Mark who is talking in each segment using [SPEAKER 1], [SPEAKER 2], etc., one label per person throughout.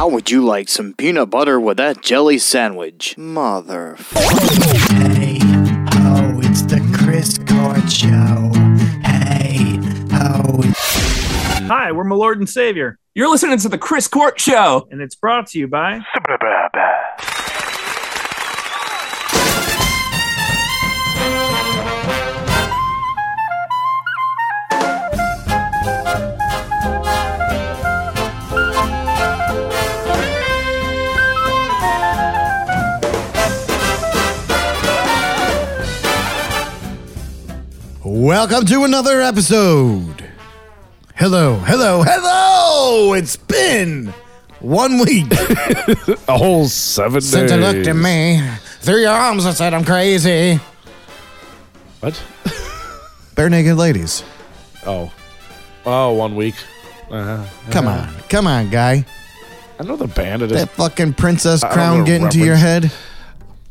[SPEAKER 1] How would you like some peanut butter with that jelly sandwich? Mother.
[SPEAKER 2] Hey, oh, it's the Chris Court Show. Hey, oh, it's
[SPEAKER 3] Hi, we're my Lord and Savior,
[SPEAKER 4] You're listening to the Chris Court Show.
[SPEAKER 3] and it's brought to you by.
[SPEAKER 5] Welcome to another episode. Hello, hello, hello! It's been one week
[SPEAKER 6] A whole seven
[SPEAKER 5] since
[SPEAKER 6] days.
[SPEAKER 5] you looked at me through your arms and said I'm crazy.
[SPEAKER 6] What?
[SPEAKER 5] Bare naked ladies.
[SPEAKER 6] Oh. Oh, one week. Uh-huh.
[SPEAKER 5] Come on, come on, guy.
[SPEAKER 6] I know the band. I just,
[SPEAKER 5] That fucking princess
[SPEAKER 6] don't
[SPEAKER 5] crown
[SPEAKER 6] know
[SPEAKER 5] getting to your head.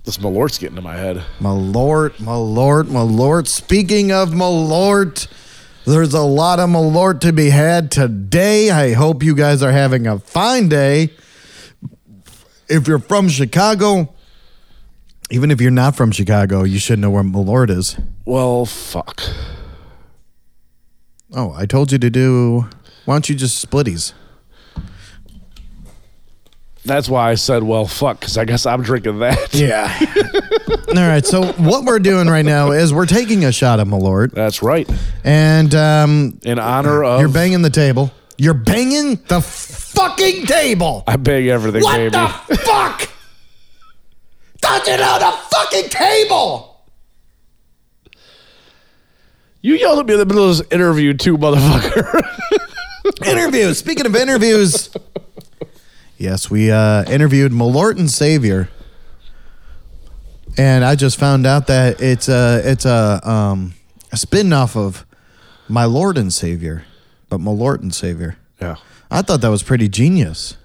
[SPEAKER 6] this Malort's getting to my head.
[SPEAKER 5] My lord, my lord, my lord. Speaking of my lord, there's a lot of my lord to be had today. I hope you guys are having a fine day. If you're from Chicago, even if you're not from Chicago, you should know where my lord is.
[SPEAKER 6] Well, fuck.
[SPEAKER 5] Oh, I told you to do. Why don't you just splitties?
[SPEAKER 6] That's why I said, well, fuck, because I guess I'm drinking that.
[SPEAKER 5] Yeah. All right. So what we're doing right now is we're taking a shot at my lord,
[SPEAKER 6] That's right.
[SPEAKER 5] and um,
[SPEAKER 6] In honor of.
[SPEAKER 5] You're banging the table. You're banging the fucking table.
[SPEAKER 6] I bang everything,
[SPEAKER 5] what
[SPEAKER 6] baby.
[SPEAKER 5] the fuck? Don't you know the fucking table?
[SPEAKER 6] you yelled at me in the middle of this interview, too, motherfucker.
[SPEAKER 5] Interviews. Speaking of interviews, yes, we uh, interviewed Malorton Savior, and I just found out that it's a it's a um, a spinoff of My Lord and Savior, but Malorton Savior.
[SPEAKER 6] yeah.
[SPEAKER 5] I thought that was pretty genius.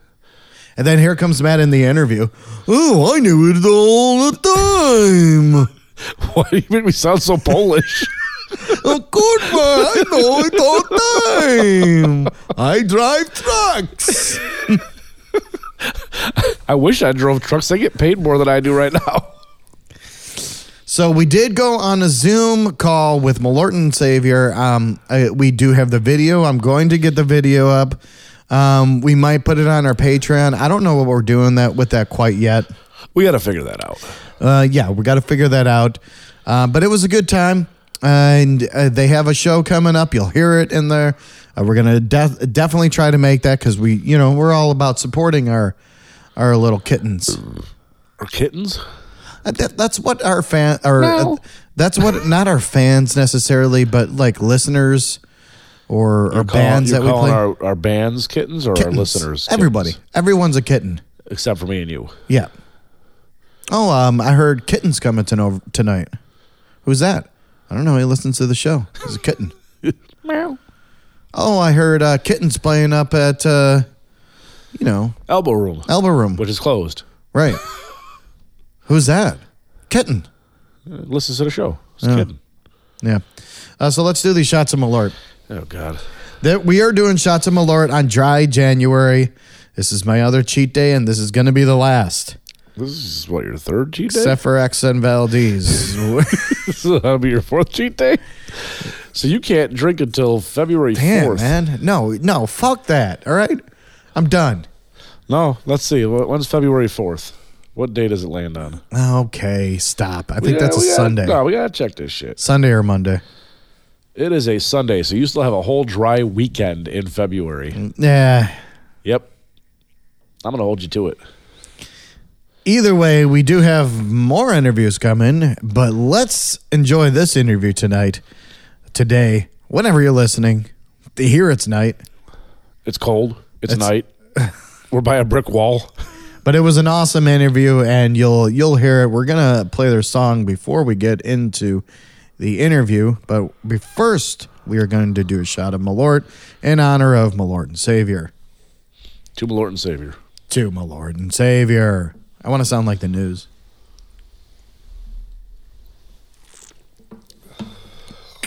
[SPEAKER 5] And then here comes Matt in the interview. Oh, I knew it all the time.
[SPEAKER 6] Why do you make me sound so Polish?
[SPEAKER 5] Of course, man, I know it all the time. I drive trucks.
[SPEAKER 6] I wish I drove trucks. They get paid more than I do right now.
[SPEAKER 5] So we did go on a Zoom call with Malorton Savior. Um, I, we do have the video. I'm going to get the video up. Um, we might put it on our Patreon. I don't know what we're doing that with that quite yet.
[SPEAKER 6] We got to figure that out.
[SPEAKER 5] uh, yeah, we got to figure that out. Uh, but it was a good time, and uh, they have a show coming up. You'll hear it in there. Uh, we're gonna def- definitely try to make that because we, you know, we're all about supporting our our little kittens.
[SPEAKER 6] Or kittens?
[SPEAKER 5] Uh, that- that's what our fan, or uh,
[SPEAKER 6] No.
[SPEAKER 5] that's what not our fans necessarily, but like listeners or, or
[SPEAKER 6] Call-
[SPEAKER 5] bands
[SPEAKER 6] you're
[SPEAKER 5] that we
[SPEAKER 6] calling
[SPEAKER 5] play.
[SPEAKER 6] Our, our bands kittens or our listeners?
[SPEAKER 5] everybody,
[SPEAKER 6] kittens?
[SPEAKER 5] everyone's a kitten.
[SPEAKER 6] Except for me and you.
[SPEAKER 5] Yeah. Oh, um, I heard kittens coming to know tonight. Who's that? I don't know. He listens to the show. He's a kitten. Oh, I heard uh, kittens playing up at, uh, you know,
[SPEAKER 6] Elbow room,
[SPEAKER 5] Elbow Room.
[SPEAKER 6] which is closed.
[SPEAKER 5] Right. Who's that? Kitten.
[SPEAKER 6] Listen to the show. Just kidding.
[SPEAKER 5] Yeah. Uh, so let's do these shots of Malort.
[SPEAKER 6] Oh God.
[SPEAKER 5] That we are doing shots of Malort on dry January. This is my other cheat day, and this is going to be the last,
[SPEAKER 6] This is what your third cheat day.
[SPEAKER 5] except for X and Valdez.
[SPEAKER 6] That'll be your fourth cheat day. So you can't drink until February
[SPEAKER 5] Damn,
[SPEAKER 6] fourth.
[SPEAKER 5] man. No, no, fuck that. All right. I'm done.
[SPEAKER 6] No, let's see. Wh- When's February fourth? What day does it land on?
[SPEAKER 5] Okay, stop. I think
[SPEAKER 6] Yeah,
[SPEAKER 5] that's a
[SPEAKER 6] we gotta-
[SPEAKER 5] Sunday.
[SPEAKER 6] No, we gotta check this shit.
[SPEAKER 5] Sunday or Monday.
[SPEAKER 6] It is a Sunday, so you still have a whole dry weekend in
[SPEAKER 5] Mm.
[SPEAKER 6] February.
[SPEAKER 5] Yeah.
[SPEAKER 6] Yep. I'm gonna hold you to it.
[SPEAKER 5] Either way, we do have more interviews coming, but let's enjoy this interview tonight, today, whenever you're listening. Here it's night,
[SPEAKER 6] It's cold. It's,
[SPEAKER 5] It's-
[SPEAKER 6] night. We're by a brick wall.
[SPEAKER 5] but it was an awesome interview, and you'll you'll hear it. We're gonna play their song before we get into the interview, but we, first we are going to do a shot of Malort in honor of Malort and Savior.
[SPEAKER 6] To my Lord and Savior.
[SPEAKER 5] to my Lord and Savior. I want to sound like the news.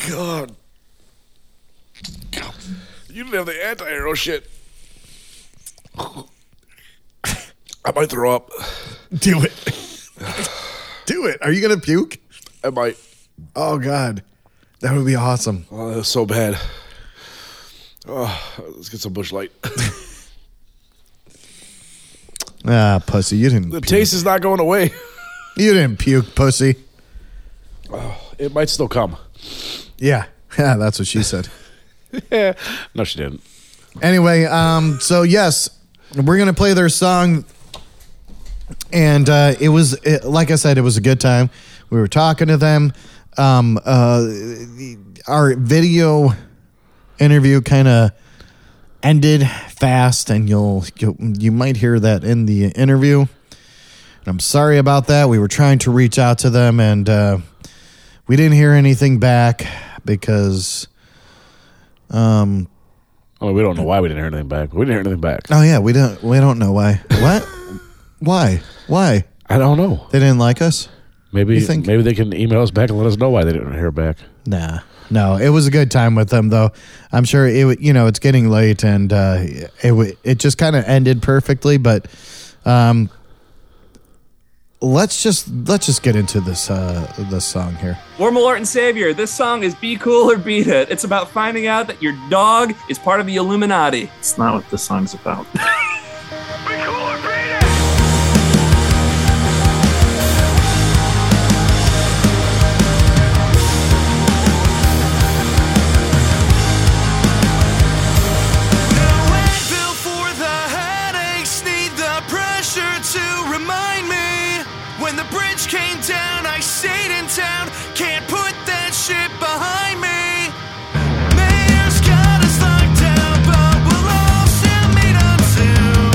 [SPEAKER 6] God. You didn't have the anti hero shit. I might throw up.
[SPEAKER 5] Do it. Do it. Are you going to puke?
[SPEAKER 6] I might.
[SPEAKER 5] Oh, God. That would be awesome.
[SPEAKER 6] Oh, that's so bad. Oh, let's get some bush light.
[SPEAKER 5] Ah, pussy. You didn't
[SPEAKER 6] The
[SPEAKER 5] puke.
[SPEAKER 6] taste is not going away.
[SPEAKER 5] you didn't puke, pussy.
[SPEAKER 6] It might still come.
[SPEAKER 5] Yeah. Yeah, that's what she said.
[SPEAKER 6] Yeah. No, she didn't.
[SPEAKER 5] Anyway, um, so yes, we're gonna play their song, and uh, it was it, like I said, it was a good time. We were talking to them. Um, uh, the- our video interview kind of ended fast, and you'll, you'll you might hear that in the interview. And I'm sorry about that. We were trying to reach out to them, and uh, we didn't hear anything back because.
[SPEAKER 6] Oh, we don't know why we didn't hear anything back. We didn't hear anything back.
[SPEAKER 5] Oh yeah, we don't we don't know why. What? why? Why?
[SPEAKER 6] I don't know.
[SPEAKER 5] They didn't like us?
[SPEAKER 6] Maybe
[SPEAKER 5] You think-
[SPEAKER 6] maybe they can email us back and let us know why they didn't hear back.
[SPEAKER 5] Nah. No, it was a good time with them though. I'm sure it would- you know, it's getting late and uh it wa it just kind of ended perfectly, but um let's just let's just get into this uh this song here.
[SPEAKER 4] We're Malort and Savior. This song is Be Cool or Beat It. It's about finding out that your dog is part of the Illuminati.
[SPEAKER 3] It's not what the song's about.
[SPEAKER 7] Bill for the headaches, need the pressure to remind me. When the bridge came down, I stayed in town. Can't put that shit behind me. Mayor's got us locked down, but we'll all still meet up soon.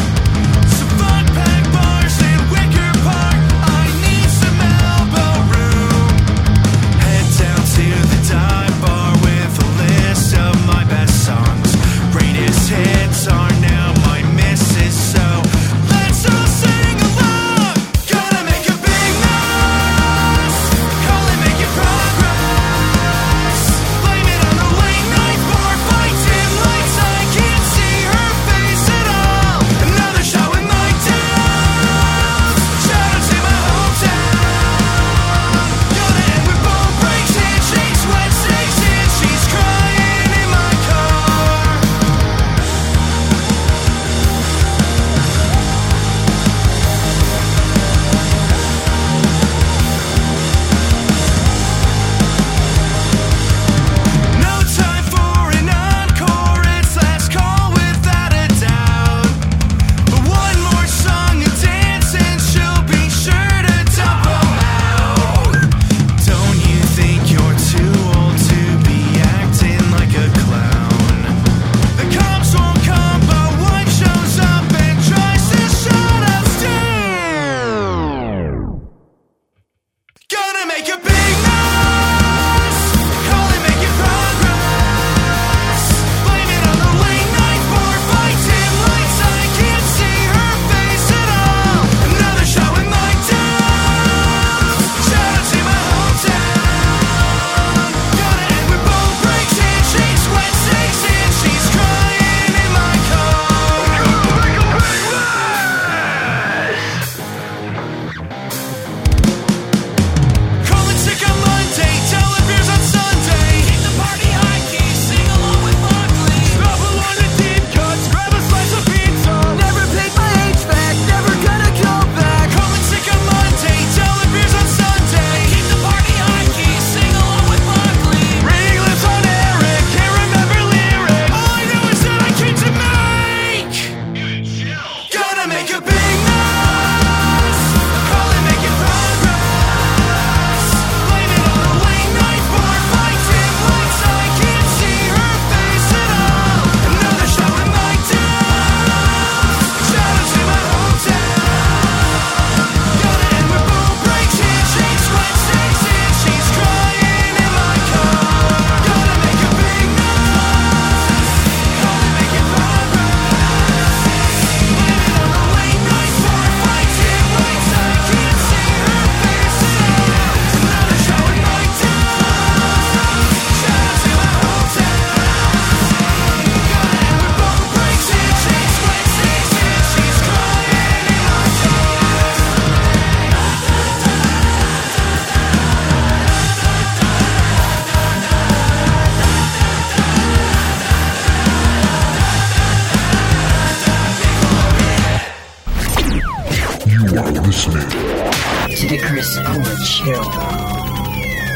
[SPEAKER 8] listening
[SPEAKER 9] to the Chris Corn Show.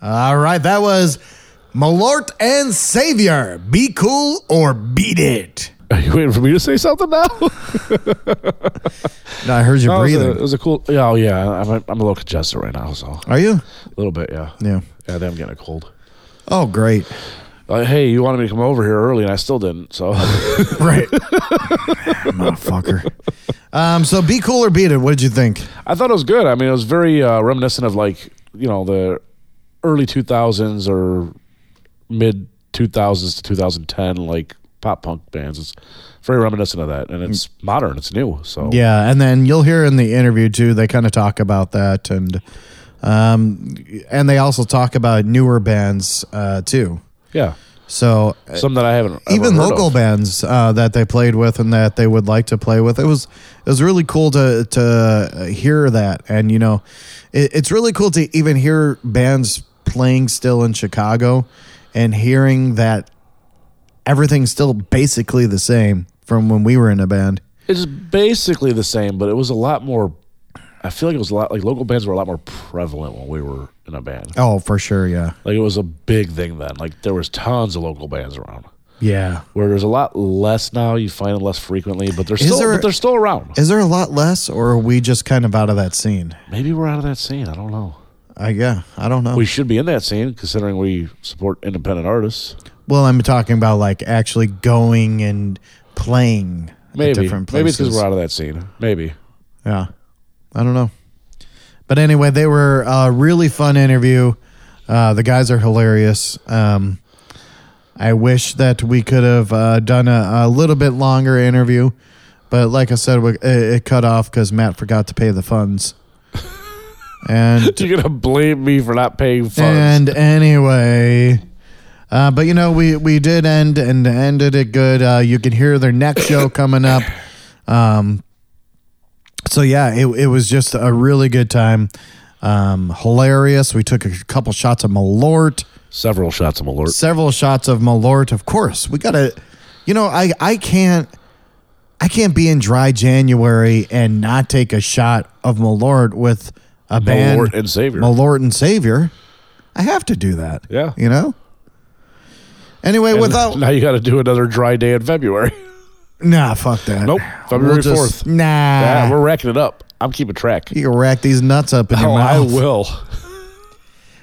[SPEAKER 5] All right, that was Malort and Savior. Be cool or beat it.
[SPEAKER 6] Are you waiting for me to say something now?
[SPEAKER 5] No, I heard you
[SPEAKER 6] No, it, was a, it
[SPEAKER 5] breathing.
[SPEAKER 6] was a cool. Yeah, oh yeah, I'm, I'm a little congested right now, so a
[SPEAKER 5] Are you?
[SPEAKER 6] little bit. Yeah,
[SPEAKER 5] Yeah.
[SPEAKER 6] yeah. I'm getting a cold.
[SPEAKER 5] Oh, great.
[SPEAKER 6] Uh, hey, you wanted me to come over here early, and I still didn't. So
[SPEAKER 5] Right. Motherfucker. Um, so be cool or beat it. What did you think?
[SPEAKER 6] I thought it was good. I mean, it was very uh, reminiscent of like you know the early 2000s or mid 2000s to 2010 like pop punk bands. It's very reminiscent of that, and it's modern. It's new. So
[SPEAKER 5] Mm. Yeah, and then you'll hear in the interview too. They kind of talk about that, and um, and they also talk about newer bands uh, too.
[SPEAKER 6] yeah.
[SPEAKER 5] So uh,
[SPEAKER 6] Some that I haven't ever
[SPEAKER 5] even
[SPEAKER 6] heard of.
[SPEAKER 5] local bands uh, that they played with and that they would like to play with. It was it was really cool to to hear that, and you know, it, it's really cool to even hear bands playing still in Chicago, and hearing that everything's still basically the same from when we were in a band.
[SPEAKER 6] It's basically the same, but it was a lot more. I feel like it was a lot like local bands were a lot more prevalent when we were in a band.
[SPEAKER 5] Oh, for sure, yeah,
[SPEAKER 6] Like it was a big thing then. Like there was tons of local bands around.
[SPEAKER 5] yeah.
[SPEAKER 6] Where there's a lot less now, you find it less frequently, but they're
[SPEAKER 5] Is
[SPEAKER 6] still
[SPEAKER 5] there-
[SPEAKER 6] but they're still around.
[SPEAKER 5] Is there a lot less, or are we just kind of out of that scene?
[SPEAKER 6] Maybe we're out of that scene. I don't know.
[SPEAKER 5] I yeah, I don't know.
[SPEAKER 6] We should be in that scene considering we support independent artists.
[SPEAKER 5] well, I'm talking about like actually going and playing at
[SPEAKER 6] Maybe
[SPEAKER 5] different
[SPEAKER 6] maybe
[SPEAKER 5] places.
[SPEAKER 6] it's because we're out of that scene. Maybe.
[SPEAKER 5] yeah, I don't know. But anyway, they were a really fun interview. Uh, the guys are hilarious. Um, I wish that we could have uh, done a, a little bit longer interview, but like I said, we, it, it cut off because Matt forgot to pay the funds. And
[SPEAKER 6] You're gonna blame me for not paying funds.
[SPEAKER 5] And anyway, uh, but you know, we we did end and ended it good. Uh, you can hear their next show coming up. Um, so yeah, it it was just a really good time. Um, hilarious. We took a couple shots of Malort,
[SPEAKER 6] Several shots of alert.
[SPEAKER 5] several shots of Malort. Of course, we gotta. You know, I I can't. I can't be in dry January and not take a shot of Malort with a band.
[SPEAKER 6] Malort and Savior.
[SPEAKER 5] My Lord and Savior. I have to do that.
[SPEAKER 6] Yeah.
[SPEAKER 5] You know? Anyway,
[SPEAKER 6] And
[SPEAKER 5] without.
[SPEAKER 6] now you got to do another dry day in February.
[SPEAKER 5] Nah, fuck that.
[SPEAKER 6] Nope, February
[SPEAKER 5] just-
[SPEAKER 6] 4th.
[SPEAKER 5] Nah.
[SPEAKER 6] Yeah, we're racking it up. I'm keeping track.
[SPEAKER 5] you can rack these nuts up in your
[SPEAKER 6] Oh,
[SPEAKER 5] mouth.
[SPEAKER 6] I will.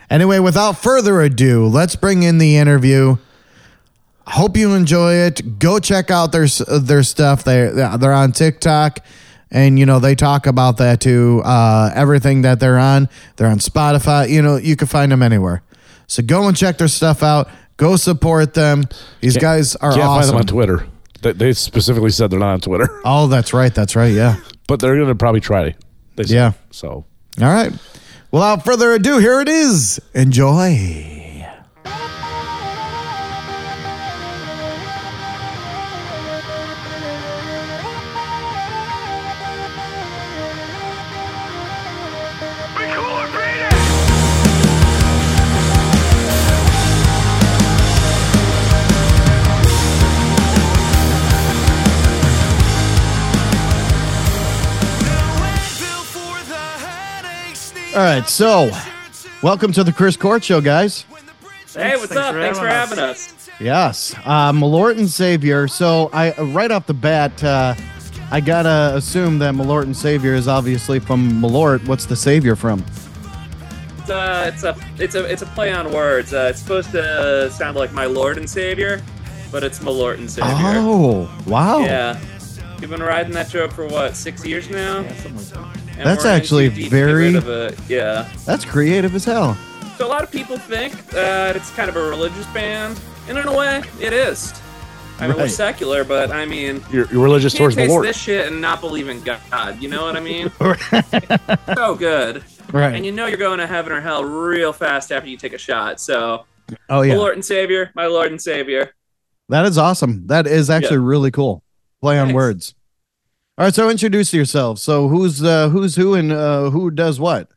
[SPEAKER 5] Anyway, without further ado, let's bring in the interview. Hope you enjoy it. Go check out their their stuff. They they're on TikTok, and you know they talk about that too. Uh, everything that they're on, they're on Spotify. You know you can find them anywhere. So go and check their stuff out. Go support them. These guys are
[SPEAKER 6] Can't find them
[SPEAKER 5] awesome.
[SPEAKER 6] on Twitter. They, they specifically said they're not on Twitter,
[SPEAKER 5] oh, that's right. That's right. Yeah.
[SPEAKER 6] but they're going to probably try. They said.
[SPEAKER 5] Yeah.
[SPEAKER 6] So
[SPEAKER 5] All right. Without further ado, here it is. Enjoy. All right. So, welcome to the Chris Court Show, guys.
[SPEAKER 4] Hey, what's up? Thanks for having us.
[SPEAKER 5] Yes, uh, Malort and Savior. So I right off the bat, uh, I gotta assume that Malort and Savior is obviously from Malort. What's the Savior from?
[SPEAKER 4] It's, uh, it's a it's a it's a play on words. Uh, it's supposed to sound like my Lord and Savior, but it's my Lord and Savior.
[SPEAKER 5] Oh, wow.
[SPEAKER 4] Yeah. You've been riding that joke for what six years now? And
[SPEAKER 5] That's
[SPEAKER 4] we're in
[SPEAKER 5] actually
[SPEAKER 4] too deep to get
[SPEAKER 5] very-
[SPEAKER 4] rid of it. Yeah.
[SPEAKER 5] That's creative as hell.
[SPEAKER 4] So a lot of people think that it's kind of a religious band, and in a way, it is. I mean, we're
[SPEAKER 5] Right.
[SPEAKER 4] secular, but I mean,
[SPEAKER 6] you're, you're religious
[SPEAKER 4] you can't
[SPEAKER 6] towards the
[SPEAKER 4] taste
[SPEAKER 6] Lord.
[SPEAKER 4] this shit and not believe in God. You know what I mean? so good.
[SPEAKER 5] Right.
[SPEAKER 4] And you know you're going to heaven or hell real fast after you take a shot. So,
[SPEAKER 5] oh
[SPEAKER 4] my
[SPEAKER 5] yeah,
[SPEAKER 4] Lord and Savior, my Lord and Savior.
[SPEAKER 5] that is awesome. That is actually really cool. Play on
[SPEAKER 4] Thanks.
[SPEAKER 5] words. All right, so introduce yourselves. So who's uh, who's who and uh, who does what?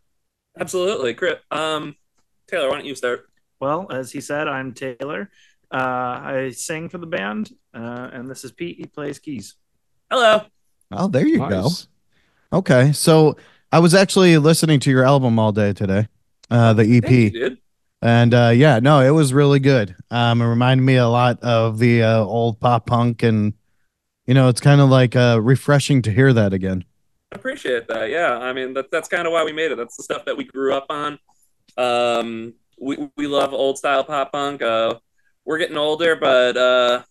[SPEAKER 4] Absolutely. Cri- Um, Taylor, why don't you start?
[SPEAKER 3] Well, as he said, I'm Taylor, Uh, I sang for the band, uh, and this is Pete. He plays keys.
[SPEAKER 4] Hello.
[SPEAKER 5] Oh, there you
[SPEAKER 6] Nice.
[SPEAKER 5] go. Okay. So I was actually listening to your album all day today, uh, the EP.
[SPEAKER 4] Thank you, dude.
[SPEAKER 5] And uh, yeah, no, it was really good. Um, it reminded me a lot of the uh, old pop punk, and you know, it's kind of like uh, refreshing to hear that again.
[SPEAKER 4] I appreciate that. Yeah, I mean that, that's kind of why we made it. That's the stuff that we grew up on. Um, we we love old style pop punk. Uh, we're getting older, but uh,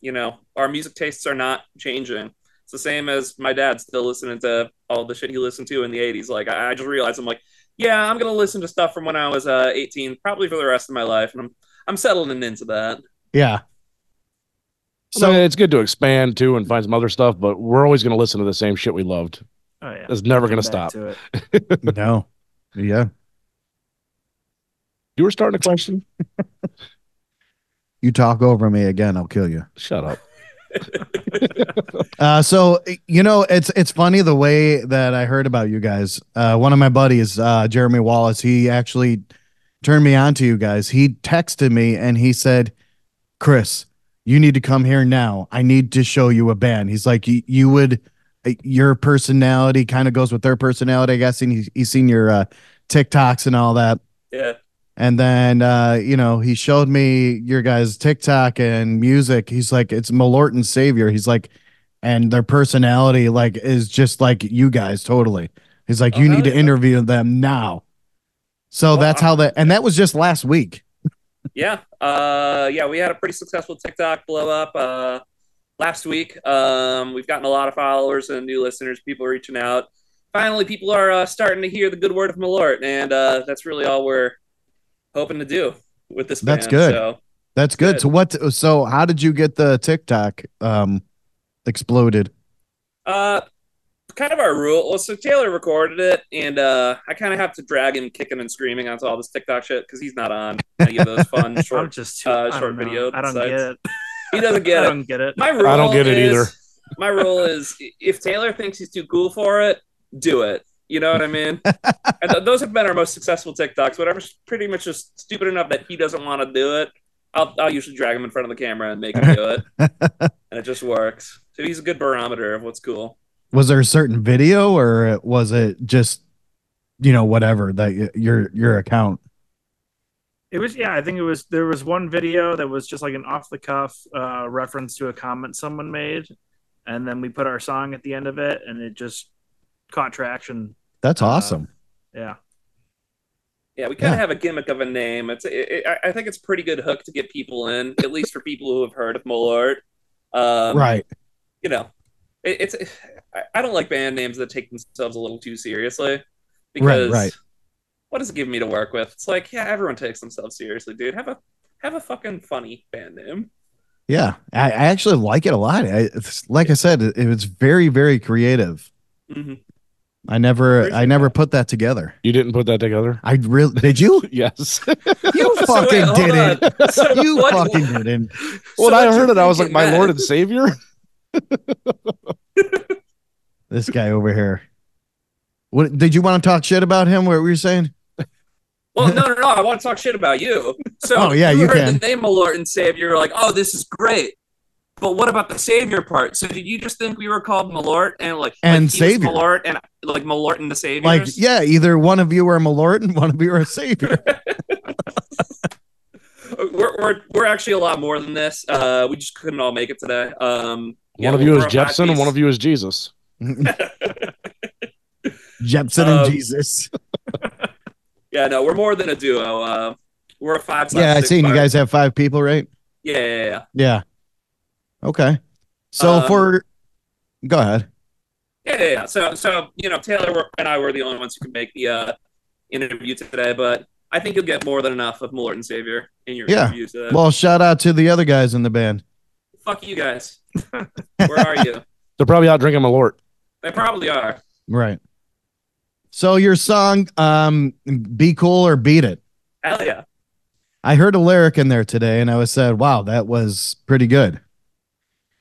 [SPEAKER 4] you know our music tastes are not changing. It's the same as my dad still listening to all the shit he listened to in the '80s. Like I, I just realized I'm like, yeah, I'm gonna listen to stuff from when I was uh, 18, probably for the rest of my life, and I'm I'm settling into that.
[SPEAKER 5] Yeah.
[SPEAKER 6] So
[SPEAKER 5] So
[SPEAKER 6] it's good to expand too and find some other stuff, but we're always going to listen to the same shit we loved.
[SPEAKER 3] Oh yeah,
[SPEAKER 6] That's never going to
[SPEAKER 3] Back
[SPEAKER 6] stop.
[SPEAKER 3] to it.
[SPEAKER 5] no, yeah,
[SPEAKER 6] You were starting a question.
[SPEAKER 5] you talk over me again, I'll kill you.
[SPEAKER 6] Shut up.
[SPEAKER 5] Uh, so you know, it's it's funny the way that I heard about you guys. Uh, one of my buddies, uh, Jeremy Wallace, he actually turned me on to you guys. He texted me and he said, "Chris, you need to come here now. I need to show you a band." He's like, "You- "You would, uh, your personality kind of goes with their personality, I guess." And he, he's seen your uh, TikToks and all that.
[SPEAKER 4] Yeah.
[SPEAKER 5] And then uh, you know, he showed me your guys' TikTok and music. He's like, it's Malorton Savior. He's like, and their personality like is just like you guys totally. He's like,
[SPEAKER 4] Oh,
[SPEAKER 5] you
[SPEAKER 4] hell
[SPEAKER 5] need to
[SPEAKER 4] yeah.
[SPEAKER 5] interview them now. So
[SPEAKER 4] Well,
[SPEAKER 5] that's how that and that was just last week.
[SPEAKER 4] yeah uh yeah we had a pretty successful tiktok blow up uh last week um we've gotten a lot of followers and new listeners people reaching out finally people are uh, starting to hear the good word of malort and uh that's really all we're hoping to do with this
[SPEAKER 5] That's
[SPEAKER 4] band.
[SPEAKER 5] good.
[SPEAKER 4] so
[SPEAKER 5] That's good.
[SPEAKER 4] Good.
[SPEAKER 5] So what so how did you get the TikTok um exploded?
[SPEAKER 4] uh kind of our rule well so taylor recorded it and uh i kind of have to drag him kicking and screaming onto all this tiktok shit because he's not on any of those fun
[SPEAKER 3] I'm
[SPEAKER 4] short
[SPEAKER 3] just too,
[SPEAKER 4] uh,
[SPEAKER 3] I don't
[SPEAKER 4] short
[SPEAKER 3] know.
[SPEAKER 4] video
[SPEAKER 3] I don't
[SPEAKER 4] sites.
[SPEAKER 3] get it.
[SPEAKER 4] he doesn't get
[SPEAKER 3] I
[SPEAKER 4] it
[SPEAKER 3] don't get it.
[SPEAKER 4] My rule
[SPEAKER 6] I don't get it
[SPEAKER 4] is-
[SPEAKER 6] either.
[SPEAKER 4] My rule is if Taylor thinks he's too cool for it, do it. You know what I mean? and th- those have been our most successful TikToks. Whatever's pretty much just stupid enough that he doesn't want to do it, I'll, I'll usually drag him in front of the camera and make him do it. and it just works. So he's a good barometer of what's cool.
[SPEAKER 5] Was there a certain video or was it just you know whatever that y- your your account?
[SPEAKER 3] It was yeah. I think it was there was one video that was just like an off the cuff uh, reference to a comment someone made, and then we put our song at the end of it, and it just caught traction.
[SPEAKER 5] That's
[SPEAKER 3] Uh,
[SPEAKER 5] awesome.
[SPEAKER 3] Yeah,
[SPEAKER 4] Yeah, we kind
[SPEAKER 5] Yeah.
[SPEAKER 4] of have a gimmick of a name. It's it, it, I- I think it's a pretty good hook to get people in, at least for people who have heard of Malort. Um,
[SPEAKER 5] right.
[SPEAKER 4] you know, it, it's I- I don't like band names that take themselves a little too seriously because
[SPEAKER 5] right.
[SPEAKER 4] what does it give me to work with? It's like, yeah, everyone takes themselves seriously, dude. Have a have a fucking funny band name.
[SPEAKER 5] Yeah, I, I actually like it a lot. I, it's, like I said, it, it's very, very creative.
[SPEAKER 4] hmm
[SPEAKER 5] I never,
[SPEAKER 4] Appreciate
[SPEAKER 5] I never put that together.
[SPEAKER 6] You didn't put that together?
[SPEAKER 5] I really did you?
[SPEAKER 6] Yes.
[SPEAKER 5] You
[SPEAKER 4] So wait,
[SPEAKER 5] fucking
[SPEAKER 4] hold
[SPEAKER 5] did
[SPEAKER 4] on.
[SPEAKER 5] it.
[SPEAKER 4] So
[SPEAKER 5] You
[SPEAKER 4] what-
[SPEAKER 5] fucking did it.
[SPEAKER 4] so
[SPEAKER 6] when I
[SPEAKER 4] what
[SPEAKER 6] heard
[SPEAKER 4] you
[SPEAKER 6] it, I was like,
[SPEAKER 4] thinking,
[SPEAKER 6] my
[SPEAKER 4] Matt?
[SPEAKER 6] Lord and Savior?
[SPEAKER 5] This guy over here. What did you want to talk shit about him? What were you saying?
[SPEAKER 4] Well, no, no, no. I want to talk shit about you. So,
[SPEAKER 5] Oh, yeah, you
[SPEAKER 4] heard
[SPEAKER 5] can.
[SPEAKER 4] the name Malort and Savior. You're like, oh, this is great. But what about the Savior part? So, did you just think we were called Malort and like
[SPEAKER 5] And
[SPEAKER 4] like he was
[SPEAKER 5] Savior.
[SPEAKER 4] Malort and like Malort and the Savior?
[SPEAKER 5] Like, yeah, either one of you are Malort and one of you are a savior.
[SPEAKER 4] we're, we're, we're actually a lot more than this. Uh, we just couldn't all make it today. Um, yeah,
[SPEAKER 6] one of you
[SPEAKER 4] we're
[SPEAKER 6] is
[SPEAKER 4] a
[SPEAKER 6] Jepson and
[SPEAKER 4] five-piece.
[SPEAKER 6] one of you is Jesus.
[SPEAKER 5] Jepson
[SPEAKER 4] Um,
[SPEAKER 5] and Jesus.
[SPEAKER 4] Yeah, no, we're more than a duo. Uh, we're a five.
[SPEAKER 5] Yeah, I
[SPEAKER 4] six
[SPEAKER 5] seen you
[SPEAKER 4] part.
[SPEAKER 5] guys have five people, right?
[SPEAKER 4] Yeah, yeah, yeah.
[SPEAKER 5] Yeah. Okay. So
[SPEAKER 4] Um,
[SPEAKER 5] for, go ahead.
[SPEAKER 4] Yeah, yeah, yeah. So, so you know, Taylor were- and I were the only ones who could make the uh, interview today, but I think you'll get more than enough of Malort and Savior in your
[SPEAKER 5] Yeah.
[SPEAKER 4] interview today.
[SPEAKER 5] Well, shout out to the other guys in the band.
[SPEAKER 4] Fuck you guys. Where are you?
[SPEAKER 6] They're probably out drinking Malort.
[SPEAKER 4] They probably are.
[SPEAKER 5] Right. So your song, um, "Be Cool or Beat It,"
[SPEAKER 4] Hell yeah.
[SPEAKER 5] I heard a lyric in there today, and I was said, "Wow, that was pretty good."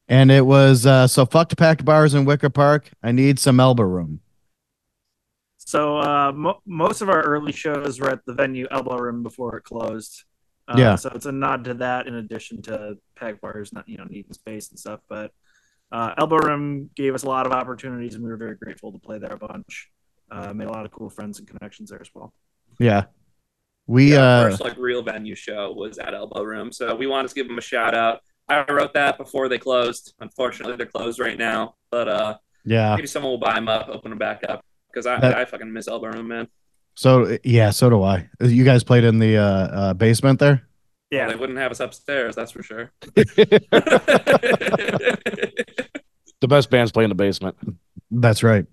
[SPEAKER 5] And it was uh, so fucked packed bars in Wicker Park. I need some elbow room.
[SPEAKER 3] So uh, mo- most of our early shows were at the venue Elbow Room before it closed, Uh,
[SPEAKER 5] Yeah.
[SPEAKER 3] So it's a nod to that, in addition to peg wires not you know needing space and stuff. But uh, Elbow Room gave us a lot of opportunities, and we were very grateful to play there a bunch. Uh, made a lot of cool friends and connections there as well.
[SPEAKER 5] Yeah. We
[SPEAKER 4] yeah,
[SPEAKER 5] uh
[SPEAKER 4] first like real venue show was at Elbow Room, so we wanted to give them a shout out. I wrote that before they closed. Unfortunately, they're closed right now, but uh,
[SPEAKER 5] yeah.
[SPEAKER 4] maybe someone will buy them up, open them back up, because I,
[SPEAKER 5] Ah. That-
[SPEAKER 4] I fucking miss Elbow Room, man.
[SPEAKER 5] So yeah, so do I. You guys played in the uh, uh basement there?
[SPEAKER 3] Yeah,
[SPEAKER 4] They wouldn't have us upstairs, that's for sure.
[SPEAKER 6] The best bands play in the basement.
[SPEAKER 5] That's right.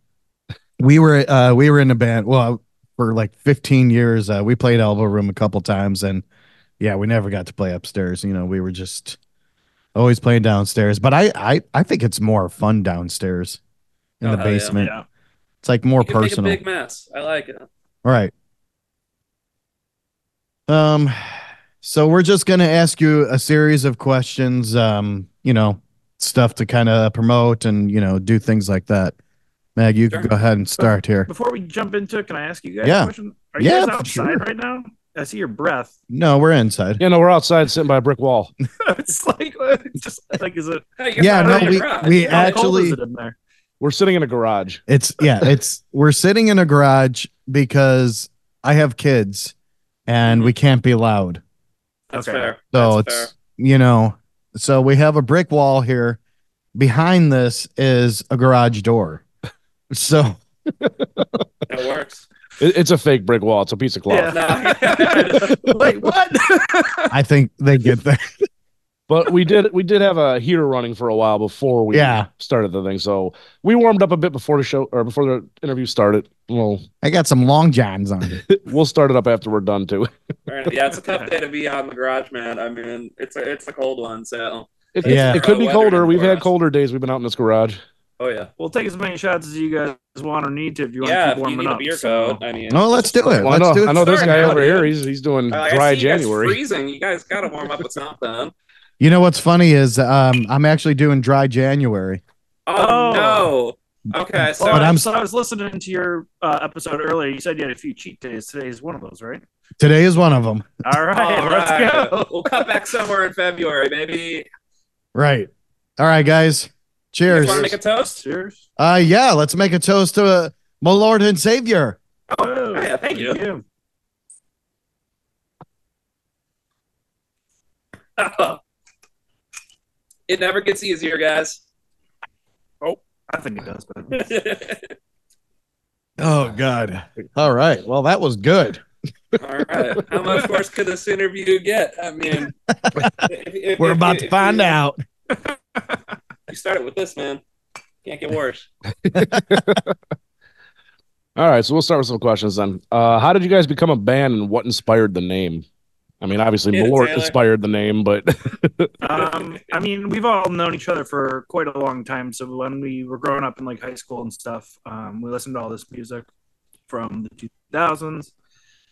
[SPEAKER 5] We were uh we were in a band well for like 15 years. Uh we played Elbow Room a couple times and yeah, we never got to play upstairs. You know, we were just always playing downstairs. But I I I think it's more fun downstairs in
[SPEAKER 4] Oh,
[SPEAKER 5] the
[SPEAKER 4] hell yeah.
[SPEAKER 5] basement.
[SPEAKER 3] yeah.
[SPEAKER 5] It's like more
[SPEAKER 4] You can make a
[SPEAKER 5] personal.
[SPEAKER 4] big mess. I like it.
[SPEAKER 5] All right. Um, so we're just gonna ask you a series of questions. Um, you know, stuff to kind of promote and you know do things like that. Mag, you
[SPEAKER 4] Sure.
[SPEAKER 5] can go ahead and start here.
[SPEAKER 3] Before we jump into it, can I ask you guys
[SPEAKER 5] Yeah.
[SPEAKER 3] a question? Are you
[SPEAKER 5] Yeah,
[SPEAKER 3] guys
[SPEAKER 5] for
[SPEAKER 3] outside
[SPEAKER 5] sure.
[SPEAKER 3] right now? I see your breath.
[SPEAKER 5] No, we're inside.
[SPEAKER 6] You know, we're outside sitting by a brick wall.
[SPEAKER 3] it's like it's just like is it
[SPEAKER 4] Hey, you're
[SPEAKER 5] Yeah,
[SPEAKER 4] fine
[SPEAKER 5] no,
[SPEAKER 4] on your
[SPEAKER 5] we
[SPEAKER 4] garage.
[SPEAKER 5] we
[SPEAKER 3] how cold is
[SPEAKER 5] actually
[SPEAKER 3] it in there?
[SPEAKER 6] We're sitting in a garage.
[SPEAKER 5] it's yeah it's we're sitting in a garage because I have kids and we can't be loud.
[SPEAKER 4] That's
[SPEAKER 3] Okay.
[SPEAKER 4] fair.
[SPEAKER 5] So
[SPEAKER 4] Mm-hmm. That's
[SPEAKER 5] it's you know, so we have a brick wall here. Behind this is a garage door. So
[SPEAKER 4] fair. It works.
[SPEAKER 6] It- it's a fake brick wall. It's a piece of cloth.
[SPEAKER 3] Yeah.
[SPEAKER 4] No.
[SPEAKER 3] Wait, what?
[SPEAKER 5] I think they get there.
[SPEAKER 6] But we did we did have a heater running for a while before we
[SPEAKER 5] Yeah.
[SPEAKER 6] started the thing. So we warmed up a bit before the show or before the interview started. Well,
[SPEAKER 5] I got some long johns on. it.
[SPEAKER 6] we'll start it up after we're done too.
[SPEAKER 4] Fair enough. yeah, it's a tough day to be out in the garage, man. I mean, it's a it's a cold one, so
[SPEAKER 6] It,
[SPEAKER 5] Yeah.
[SPEAKER 6] it could be
[SPEAKER 4] Weather
[SPEAKER 6] colder.
[SPEAKER 4] and
[SPEAKER 6] We've had
[SPEAKER 4] for us.
[SPEAKER 6] colder days. We've been out in this garage.
[SPEAKER 4] oh yeah,
[SPEAKER 3] we'll take as many shots as you guys want or need to if you want
[SPEAKER 4] yeah.
[SPEAKER 3] to
[SPEAKER 4] If
[SPEAKER 3] keep
[SPEAKER 4] you
[SPEAKER 3] warming
[SPEAKER 4] need a
[SPEAKER 3] up.
[SPEAKER 4] beer
[SPEAKER 3] so-
[SPEAKER 4] coat, I mean,
[SPEAKER 5] No, let's do it.
[SPEAKER 6] Well, I
[SPEAKER 5] let's
[SPEAKER 6] know,
[SPEAKER 5] do it.
[SPEAKER 6] I know this
[SPEAKER 4] Sorry,
[SPEAKER 6] guy
[SPEAKER 4] now,
[SPEAKER 6] over here.
[SPEAKER 4] dude.
[SPEAKER 6] He's he's doing
[SPEAKER 4] Uh, I
[SPEAKER 6] dry
[SPEAKER 4] see you guys
[SPEAKER 6] January.
[SPEAKER 4] freezing. You guys got to warm up with something.
[SPEAKER 5] You know what's funny is um, I'm actually doing dry January.
[SPEAKER 4] Oh, no. Okay, so
[SPEAKER 3] Well,
[SPEAKER 5] But
[SPEAKER 3] i
[SPEAKER 5] I'm-
[SPEAKER 3] so I was listening to your uh, episode earlier. You said you had a few cheat days. Today is one of those, right?
[SPEAKER 5] Today is one of them.
[SPEAKER 3] All right,
[SPEAKER 4] all
[SPEAKER 3] let's
[SPEAKER 4] right.
[SPEAKER 3] go.
[SPEAKER 4] We'll cut back somewhere in February, maybe.
[SPEAKER 5] Right. All right, guys.
[SPEAKER 4] You
[SPEAKER 5] Cheers.
[SPEAKER 4] want to make a toast?
[SPEAKER 3] Cheers.
[SPEAKER 5] Uh, yeah, let's make a toast to uh, my Lord and Savior.
[SPEAKER 3] Oh,
[SPEAKER 4] yeah, thank you. it never gets easier, guys.
[SPEAKER 3] I think it does, but
[SPEAKER 4] all
[SPEAKER 5] Oh God. All right. Well, that was good.
[SPEAKER 4] right. How much worse could this interview get? I mean, if- if-
[SPEAKER 5] We're
[SPEAKER 4] if-
[SPEAKER 5] about
[SPEAKER 4] if
[SPEAKER 5] to
[SPEAKER 4] you-
[SPEAKER 5] find out.
[SPEAKER 4] You started with this, man. Can't get worse.
[SPEAKER 6] All right, so we'll start with some questions then. Uh, how did you guys become a band, and what inspired the name? I mean, obviously,
[SPEAKER 4] Yeah,
[SPEAKER 6] Malort
[SPEAKER 4] Taylor.
[SPEAKER 6] inspired the name, but
[SPEAKER 3] um, I mean, we've all known each other for quite a long time. So when we were growing up in like high school and stuff, um, we listened to all this music from the 2000s.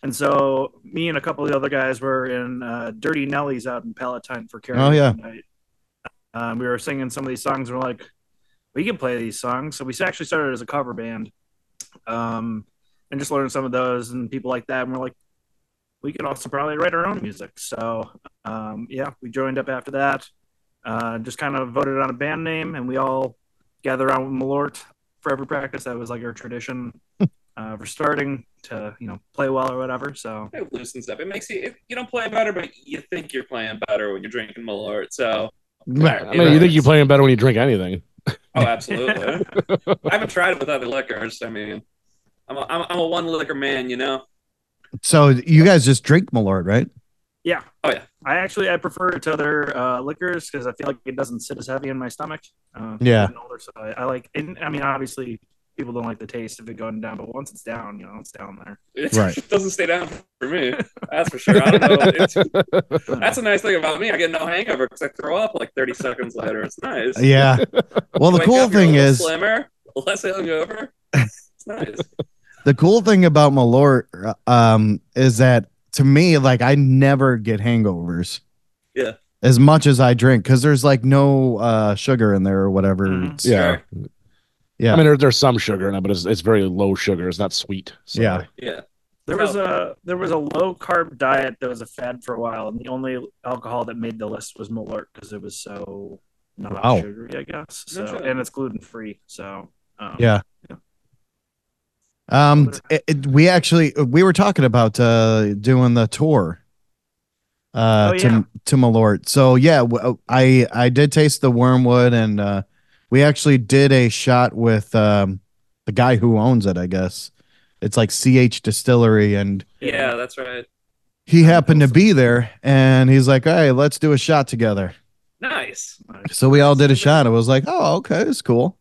[SPEAKER 3] And so me and a couple of the other guys were in uh, Dirty Nellies out in Palatine for karaoke
[SPEAKER 5] Oh, yeah.
[SPEAKER 3] night. Um, we were singing some of these songs. And we're like, we can play these songs. So we actually started as a cover band, um, and just learned some of those and people like that. And we're like, we could also probably write our own music. So um, yeah, we joined up after that. Uh, just kind of voted on a band name, and we all gathered around with Malort for every practice. That was like our tradition uh, for starting to you know play well or whatever. So
[SPEAKER 4] It loosens up. It makes you. It, you don't play better, but you think you're playing better when you're drinking Malort. So,
[SPEAKER 5] Right.
[SPEAKER 6] I mean, you think you're playing better when you drink anything.
[SPEAKER 4] oh, absolutely. I haven't tried it with other liquors. I mean, I'm a, I'm a, I'm a one liquor man. You know.
[SPEAKER 5] So you guys just drink Malort, right?
[SPEAKER 3] yeah,
[SPEAKER 4] Oh, yeah.
[SPEAKER 3] I actually I prefer it to other uh, liquors because I feel like it doesn't sit as heavy in my stomach. Uh,
[SPEAKER 5] Yeah.
[SPEAKER 3] getting older, so I, I like. And, I mean, obviously, people don't like the taste of it going down, but once it's down, you know, it's down there.
[SPEAKER 4] It
[SPEAKER 5] Right.
[SPEAKER 4] doesn't stay down for me. That's for sure. I don't know. It's, that's a nice thing about me. I get no hangover because I throw up like 30 seconds later. It's nice.
[SPEAKER 5] Yeah. Well, the
[SPEAKER 4] Wake
[SPEAKER 5] cool
[SPEAKER 4] up, you're a
[SPEAKER 5] thing
[SPEAKER 4] little
[SPEAKER 5] is,
[SPEAKER 4] slimmer, less hungover. It's nice.
[SPEAKER 5] the cool thing about Malort um, is that to me, like, I never get hangovers.
[SPEAKER 4] Yeah.
[SPEAKER 5] As much as I drink, because there's like no uh, sugar in there or whatever.
[SPEAKER 3] Mhm.
[SPEAKER 5] It's-
[SPEAKER 6] Yeah.
[SPEAKER 4] Sure.
[SPEAKER 5] Yeah.
[SPEAKER 6] I mean, there, there's some sugar in it, but it's, it's very low sugar. It's not sweet. So.
[SPEAKER 5] Yeah.
[SPEAKER 4] Yeah.
[SPEAKER 3] There was a there was a low carb diet that was a fad for a while, and the only alcohol that made the list was Malort because it was so not
[SPEAKER 5] Wow.
[SPEAKER 3] sugary, I guess. So
[SPEAKER 4] No shit.
[SPEAKER 3] and it's gluten free. So um,
[SPEAKER 5] Yeah.
[SPEAKER 3] Yeah.
[SPEAKER 5] Um, it, it- we actually we were talking about uh doing the tour.
[SPEAKER 3] Oh,
[SPEAKER 5] Uh,
[SPEAKER 3] yeah.
[SPEAKER 5] to to Malort. So yeah, w- oh, I I did taste the wormwood, and uh, we actually did a shot with um the guy who owns it. I guess it's like CH Distillery, and
[SPEAKER 4] Yeah, that's right.
[SPEAKER 5] he happened to be there, and he's like, "Hey, let's do a shot together."
[SPEAKER 4] Nice.
[SPEAKER 5] So we all did a shot. It was like, "Oh, okay, it's cool."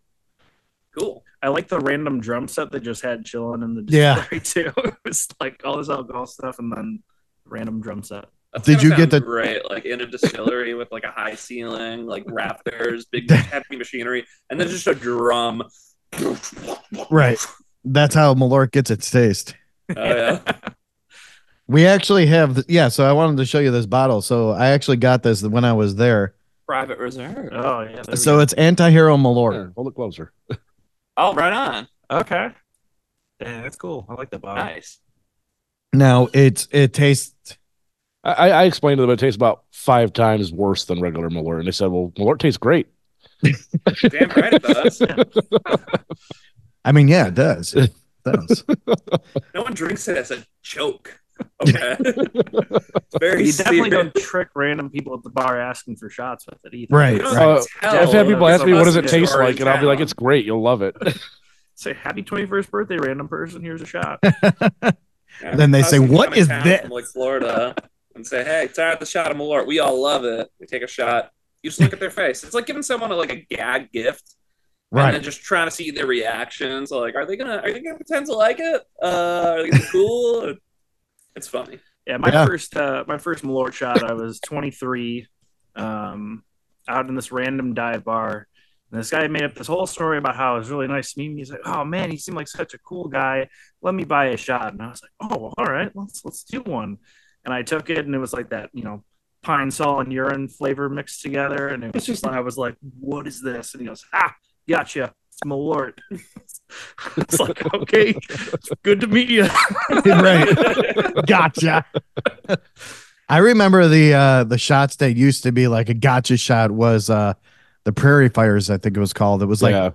[SPEAKER 4] Cool.
[SPEAKER 3] I like the random drum set they just had chilling in the
[SPEAKER 5] Yeah.
[SPEAKER 3] distillery too. it was like all this alcohol stuff and then random drum set.
[SPEAKER 4] That's
[SPEAKER 5] Did
[SPEAKER 4] gotta
[SPEAKER 5] you get
[SPEAKER 4] sound
[SPEAKER 5] the-
[SPEAKER 4] great like in a distillery with like a high ceiling, like rafters, big heavy machinery, and then just a drum. Oh
[SPEAKER 5] Right. That's how Malort gets its taste.
[SPEAKER 4] Oh, yeah.
[SPEAKER 5] We actually have, th- yeah. So I wanted to show you this bottle. So I actually got this when I was there.
[SPEAKER 4] Private reserve.
[SPEAKER 3] Oh yeah. there we
[SPEAKER 5] So it's Antihero Malort.
[SPEAKER 6] Here, hold it closer.
[SPEAKER 4] Oh, right on.
[SPEAKER 3] go. okay. Yeah, that's cool. I like that bottle.
[SPEAKER 4] Nice.
[SPEAKER 5] Now it's it tastes
[SPEAKER 6] I, I I explained to them it tastes about five times worse than regular Malort, and they said, "Well, Malort tastes great."
[SPEAKER 4] Damn right it does.
[SPEAKER 5] I mean, yeah, it does. It does.
[SPEAKER 4] No one drinks it as a joke. Okay. It's Very
[SPEAKER 3] You definitely
[SPEAKER 4] serious.
[SPEAKER 3] don't trick random people at the bar asking for shots with it either.
[SPEAKER 5] Right,
[SPEAKER 3] You don't
[SPEAKER 5] right.
[SPEAKER 6] Uh,
[SPEAKER 4] tell
[SPEAKER 6] I've had
[SPEAKER 4] when
[SPEAKER 6] people ask me,
[SPEAKER 4] Oh, it's
[SPEAKER 6] "What does
[SPEAKER 4] a
[SPEAKER 6] it taste
[SPEAKER 4] story
[SPEAKER 6] like?" and I'll be
[SPEAKER 4] town.
[SPEAKER 6] like, "It's great. You'll love it."
[SPEAKER 3] Say happy 21st birthday, random person. Here's a shot.
[SPEAKER 4] Yeah.
[SPEAKER 5] Then they
[SPEAKER 4] I was
[SPEAKER 5] say,
[SPEAKER 4] in
[SPEAKER 5] "What is
[SPEAKER 4] town
[SPEAKER 5] that?"
[SPEAKER 4] From, like Florida, and say, "Hey, try out the shot of Malort. We all love it. We take a shot. You just look at their face. It's like giving someone like a gag gift, And then
[SPEAKER 5] right.
[SPEAKER 4] just trying to see their reactions. Like, are they gonna are they gonna pretend to like it? Uh, are they gonna be cool? It's funny.
[SPEAKER 3] Yeah, my
[SPEAKER 5] Yeah.
[SPEAKER 3] first uh, my first Malort shot. I was 23, um, out in this random dive bar, and this guy made up this whole story about how it was really nice to meet me. He's like, "Oh man, he seemed like such a cool guy. Let me buy a shot." And I was like, "Oh, all right, let's let's do one." And I took it, and it was like that, you know, pine sol and urine flavor mixed together, and it was just I was like, "What is this?" And he goes, "Ah, gotcha." It's Malort. it's like, okay, good to meet you.
[SPEAKER 5] right. Gotcha. I remember the uh the shots that used to be like a gotcha shot was uh the Prairie Fires, I think it was called. It was like
[SPEAKER 6] yeah,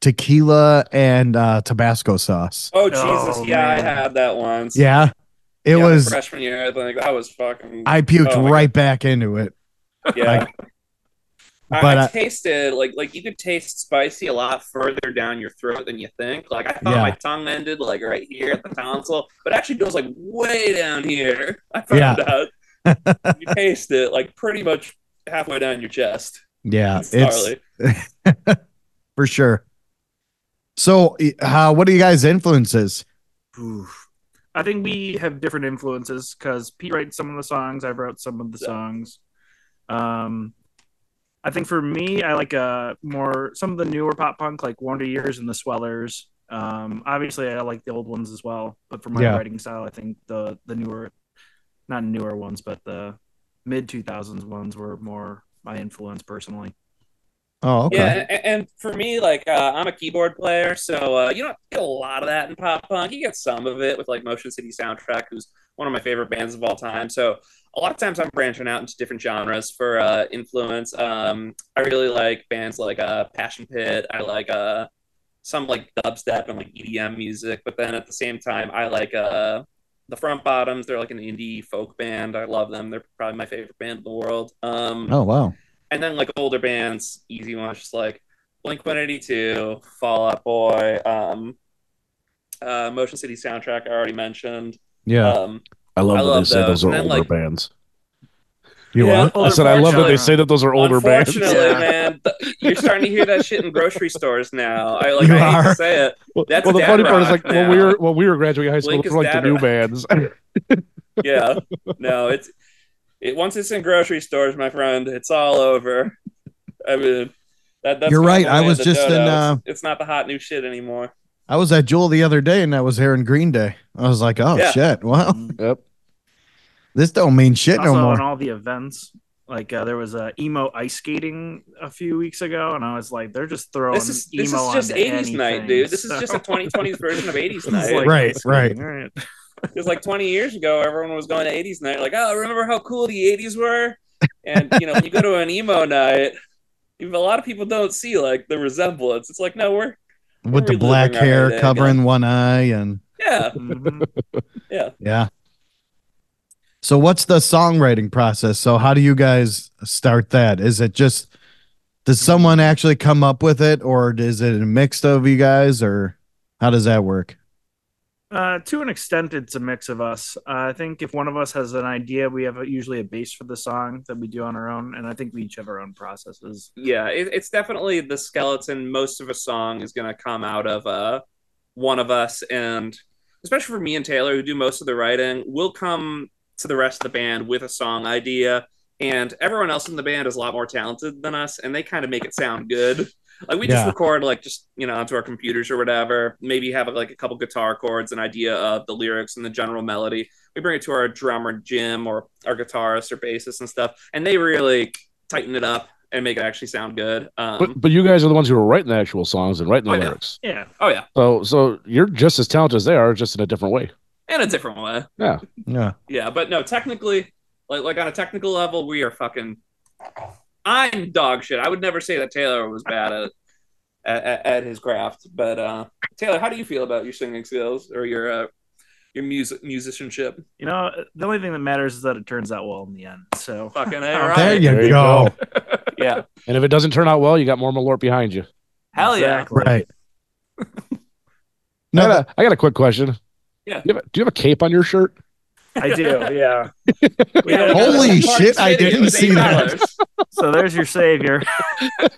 [SPEAKER 5] tequila and uh Tabasco sauce.
[SPEAKER 3] Oh,
[SPEAKER 4] Oh Jesus, yeah,
[SPEAKER 3] man.
[SPEAKER 4] I had that once.
[SPEAKER 5] Yeah. It
[SPEAKER 4] Yeah, my
[SPEAKER 5] was
[SPEAKER 4] freshman year. I think that was fucking.
[SPEAKER 5] I puked
[SPEAKER 4] Oh my
[SPEAKER 5] right back into it.
[SPEAKER 4] yeah. I,
[SPEAKER 5] but,
[SPEAKER 4] I
[SPEAKER 5] uh,
[SPEAKER 4] tasted like like you could taste spicy a lot further down your throat than you think. Like I thought
[SPEAKER 5] Yeah.
[SPEAKER 4] my tongue ended like right here at the tonsil, but it actually goes like way down here. I
[SPEAKER 5] Yeah.
[SPEAKER 4] found out you taste it like pretty much halfway down your chest.
[SPEAKER 5] Yeah,
[SPEAKER 4] It's
[SPEAKER 5] it's
[SPEAKER 4] gnarly.
[SPEAKER 5] for sure. So, y- uh, what are you guys' influences?
[SPEAKER 3] Oof. I think we have different influences because Pete writes some of the songs. I wrote some of the songs. Um, I think for me, I like uh more some of the newer pop punk like Wonder Years and the Swellers. Um, obviously, I like the old ones as well, but for my
[SPEAKER 5] Yeah.
[SPEAKER 3] writing style, I think the the newer, not newer ones, but the mid two thousands ones were more my influence personally.
[SPEAKER 5] Oh, okay.
[SPEAKER 4] Yeah, and, and for me, like uh, I'm a keyboard player, so uh, you don't get a lot of that in pop punk. You get some of it with like Motion City Soundtrack, who's one of my favorite bands of all time. So a lot of times I'm branching out into different genres for uh, influence. Um, I really like bands like uh, Passion Pit. I like uh, some like dubstep and like EDM music, but then at the same time, I like uh, the Front Bottoms. They're like an indie folk band. I love them. They're probably my favorite band in the world. Um,
[SPEAKER 5] Oh, wow.
[SPEAKER 4] and then like older bands, easy ones, just like Blink One Eighty Two, Fall Out Boy, um, uh, Motion City soundtrack. I already mentioned.
[SPEAKER 5] Yeah.
[SPEAKER 4] Um,
[SPEAKER 6] I love
[SPEAKER 4] I
[SPEAKER 6] that
[SPEAKER 4] love
[SPEAKER 6] they said
[SPEAKER 4] those.
[SPEAKER 6] those are
[SPEAKER 4] And then,
[SPEAKER 6] older
[SPEAKER 4] like-
[SPEAKER 6] bands.
[SPEAKER 5] you
[SPEAKER 4] yeah.
[SPEAKER 5] are?
[SPEAKER 6] I said I love that they
[SPEAKER 3] Unfortunately-
[SPEAKER 6] say that those are older bands.
[SPEAKER 4] Unfortunately,
[SPEAKER 3] Yeah.
[SPEAKER 4] man, th- you're starting to hear that shit in grocery stores now. I like.
[SPEAKER 5] You
[SPEAKER 4] I hate
[SPEAKER 5] are.
[SPEAKER 4] to say it.
[SPEAKER 6] Well,
[SPEAKER 4] That's
[SPEAKER 6] well, the funny
[SPEAKER 4] dad
[SPEAKER 6] part is
[SPEAKER 4] rock
[SPEAKER 6] like when we
[SPEAKER 4] now.
[SPEAKER 6] were when we were graduating high school,
[SPEAKER 4] Blink
[SPEAKER 6] those
[SPEAKER 4] is
[SPEAKER 6] were like the
[SPEAKER 4] dad
[SPEAKER 6] new
[SPEAKER 4] rock.
[SPEAKER 6] bands.
[SPEAKER 4] Yeah, no, it's it once it's in grocery stores, my friend, it's all over. I mean. That, that's
[SPEAKER 5] You're
[SPEAKER 4] kinda
[SPEAKER 5] right.
[SPEAKER 4] the
[SPEAKER 5] I
[SPEAKER 4] way
[SPEAKER 5] was
[SPEAKER 4] the
[SPEAKER 5] just in,
[SPEAKER 4] dodo.
[SPEAKER 5] uh,
[SPEAKER 4] It's- it's not the hot new shit anymore.
[SPEAKER 5] I was at Jewel the other day and I was hearing Green Day. I was like, oh,
[SPEAKER 4] Yeah.
[SPEAKER 5] shit. Wow.
[SPEAKER 6] yep.
[SPEAKER 5] This don't mean shit
[SPEAKER 3] also
[SPEAKER 5] no
[SPEAKER 3] on
[SPEAKER 5] more.
[SPEAKER 3] all the events. Like uh, there was uh, emo ice skating a few weeks ago, and I was like, they're just throwing
[SPEAKER 4] This is
[SPEAKER 3] emo
[SPEAKER 4] this is just
[SPEAKER 3] onto
[SPEAKER 4] '80s night,
[SPEAKER 3] anything.
[SPEAKER 4] dude. This
[SPEAKER 3] So-
[SPEAKER 4] is just a 2020s version of '80s
[SPEAKER 3] It's
[SPEAKER 4] night.
[SPEAKER 3] like-
[SPEAKER 5] Right,
[SPEAKER 3] it's
[SPEAKER 5] right.
[SPEAKER 3] like, all right.
[SPEAKER 4] Because like 20 years ago, everyone was going to 80s night, like, oh, remember how cool the 80s were? And you know, when you go to an emo night, even a lot of people don't see like the resemblance. It's like, no, we're
[SPEAKER 5] with the
[SPEAKER 4] reliving
[SPEAKER 5] black
[SPEAKER 4] our
[SPEAKER 5] hair
[SPEAKER 4] heyday
[SPEAKER 5] covering one eye and
[SPEAKER 4] yeah,
[SPEAKER 3] Mhm.
[SPEAKER 4] yeah.
[SPEAKER 5] yeah. So what's the songwriting process? So how do you guys start that? Is it just does someone actually come up with it or is it a mix of you guys or how does that work?
[SPEAKER 3] Uh, to an extent, it's a mix of us. Uh, I think if one of us has an idea, we have a, usually a base for the song that we do on our own, and I think we each have our own processes.
[SPEAKER 4] yeah it, it's definitely the skeleton most of a song is going to come out of uh one of us and especially for me and taylor who do most of the writing we'll come to the rest of the band with a song idea and everyone else in the band is a lot more talented than us and they kind of make it sound good like we just
[SPEAKER 5] Yeah.
[SPEAKER 4] record like just you know onto our computers or whatever maybe have like a couple guitar chords an idea of the lyrics and the general melody we bring it to our drummer jim or our guitarist or bassist and stuff and they really tighten it up and make it actually sound good. Um,
[SPEAKER 6] But, but you guys are the ones who are writing the actual songs and writing the
[SPEAKER 4] I know.
[SPEAKER 6] lyrics.
[SPEAKER 3] Yeah,
[SPEAKER 4] oh yeah,
[SPEAKER 6] So so you're just as talented as they are, just in a different way.
[SPEAKER 4] in a different way.
[SPEAKER 6] Yeah.
[SPEAKER 5] Yeah.
[SPEAKER 4] Yeah, but no, technically, like like on a technical level, we are fucking. I'm dog shit. I would never say that Taylor was bad at at, at, at his craft, but uh, Taylor, how do you feel about your singing skills or your uh, your music musicianship?
[SPEAKER 3] you know, uh, the only thing that matters is that it turns out well in the end. So
[SPEAKER 4] Fucking A,
[SPEAKER 3] There
[SPEAKER 5] There
[SPEAKER 4] right?
[SPEAKER 5] you,
[SPEAKER 6] There you
[SPEAKER 5] go.
[SPEAKER 6] go.
[SPEAKER 4] Yeah,
[SPEAKER 6] And if it doesn't turn out well, you got more Malort behind you.
[SPEAKER 4] hell yeah.
[SPEAKER 3] Exactly.
[SPEAKER 5] Right.
[SPEAKER 6] I
[SPEAKER 5] No,
[SPEAKER 6] got, a, I got a quick question.
[SPEAKER 4] Yeah.
[SPEAKER 6] You have a- do you have a cape on your shirt?
[SPEAKER 3] I do. Yeah. We
[SPEAKER 4] Yeah,
[SPEAKER 3] had-
[SPEAKER 5] Holy
[SPEAKER 4] Park
[SPEAKER 5] shit, I
[SPEAKER 4] City, it
[SPEAKER 5] didn't
[SPEAKER 4] was
[SPEAKER 5] see that.
[SPEAKER 4] $8.
[SPEAKER 3] So there's your savior.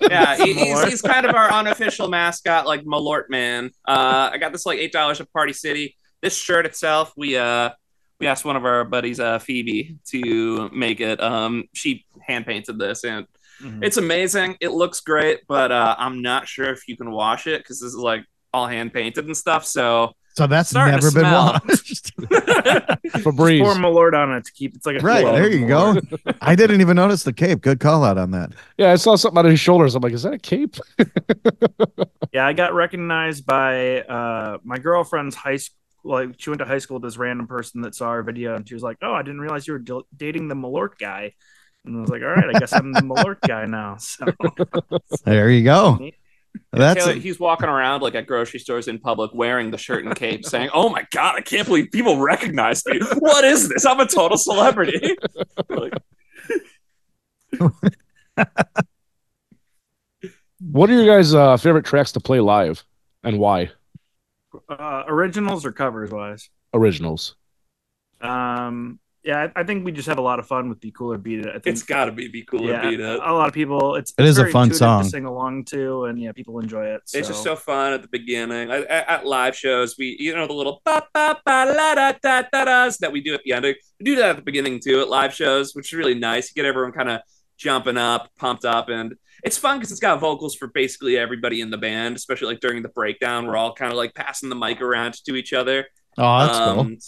[SPEAKER 4] yeah, he- he's,
[SPEAKER 3] Malort.
[SPEAKER 4] he's kind of our unofficial mascot, like Malort Man. Uh, I got this like eight dollars at Party City. This shirt itself, we uh we asked one of our buddies, uh, Phoebe, to make it. Um, she hand painted this, and
[SPEAKER 3] Mhm.
[SPEAKER 4] it's amazing. It looks great, but uh, I'm not sure if you can wash it because this is like all hand painted and stuff. So
[SPEAKER 5] So that's
[SPEAKER 4] Starting to
[SPEAKER 5] never been
[SPEAKER 4] smell.
[SPEAKER 5] watched.
[SPEAKER 6] Febreze.
[SPEAKER 3] Pour Malort on it to keep. It's like a
[SPEAKER 5] right.
[SPEAKER 3] flow.
[SPEAKER 5] There you go. I didn't even notice the cape. Good call out on that.
[SPEAKER 6] yeah, I saw something on his shoulders. I'm like, is that a cape?
[SPEAKER 3] Yeah, I got recognized by uh, my girlfriend's high school. Like she went to high school with this random person that saw our video, and she was like, "Oh, I didn't realize you were d- dating the Malort guy." And I was like, "All right, I guess I'm the Malort guy now." So
[SPEAKER 5] There you go. That's
[SPEAKER 4] Taylor, he's walking around like at grocery stores in public wearing the shirt and cape, saying, "Oh my god, I can't believe people recognize me. What is this? I'm a total celebrity." Like,
[SPEAKER 6] What are your guys' uh, favorite tracks to play live and why?
[SPEAKER 3] uh, originals or covers wise,
[SPEAKER 6] Originals.
[SPEAKER 3] um, yeah, I, I think we just have a lot of fun with "Be Cooler Beat It." I think
[SPEAKER 4] It's got to be be cool
[SPEAKER 3] yeah, Oh,
[SPEAKER 4] to beat it.
[SPEAKER 3] a lot of people. It's
[SPEAKER 5] It
[SPEAKER 3] it's
[SPEAKER 5] is a
[SPEAKER 3] very
[SPEAKER 5] fun
[SPEAKER 3] intuitive
[SPEAKER 5] song.
[SPEAKER 3] to sing along to, and yeah, people enjoy it.
[SPEAKER 4] It's just so fun at the beginning. At, at, at live shows, we you know the little ba ba ba la da da da da's that we do at the end. We do that at the beginning too at live shows, which is really nice. You get everyone kind of jumping up, pumped up, and it's fun because it's got vocals for basically everybody in the band. Especially like during the breakdown, we're all kind of like passing the mic around to each other.
[SPEAKER 5] oh, that's cool.
[SPEAKER 4] Um,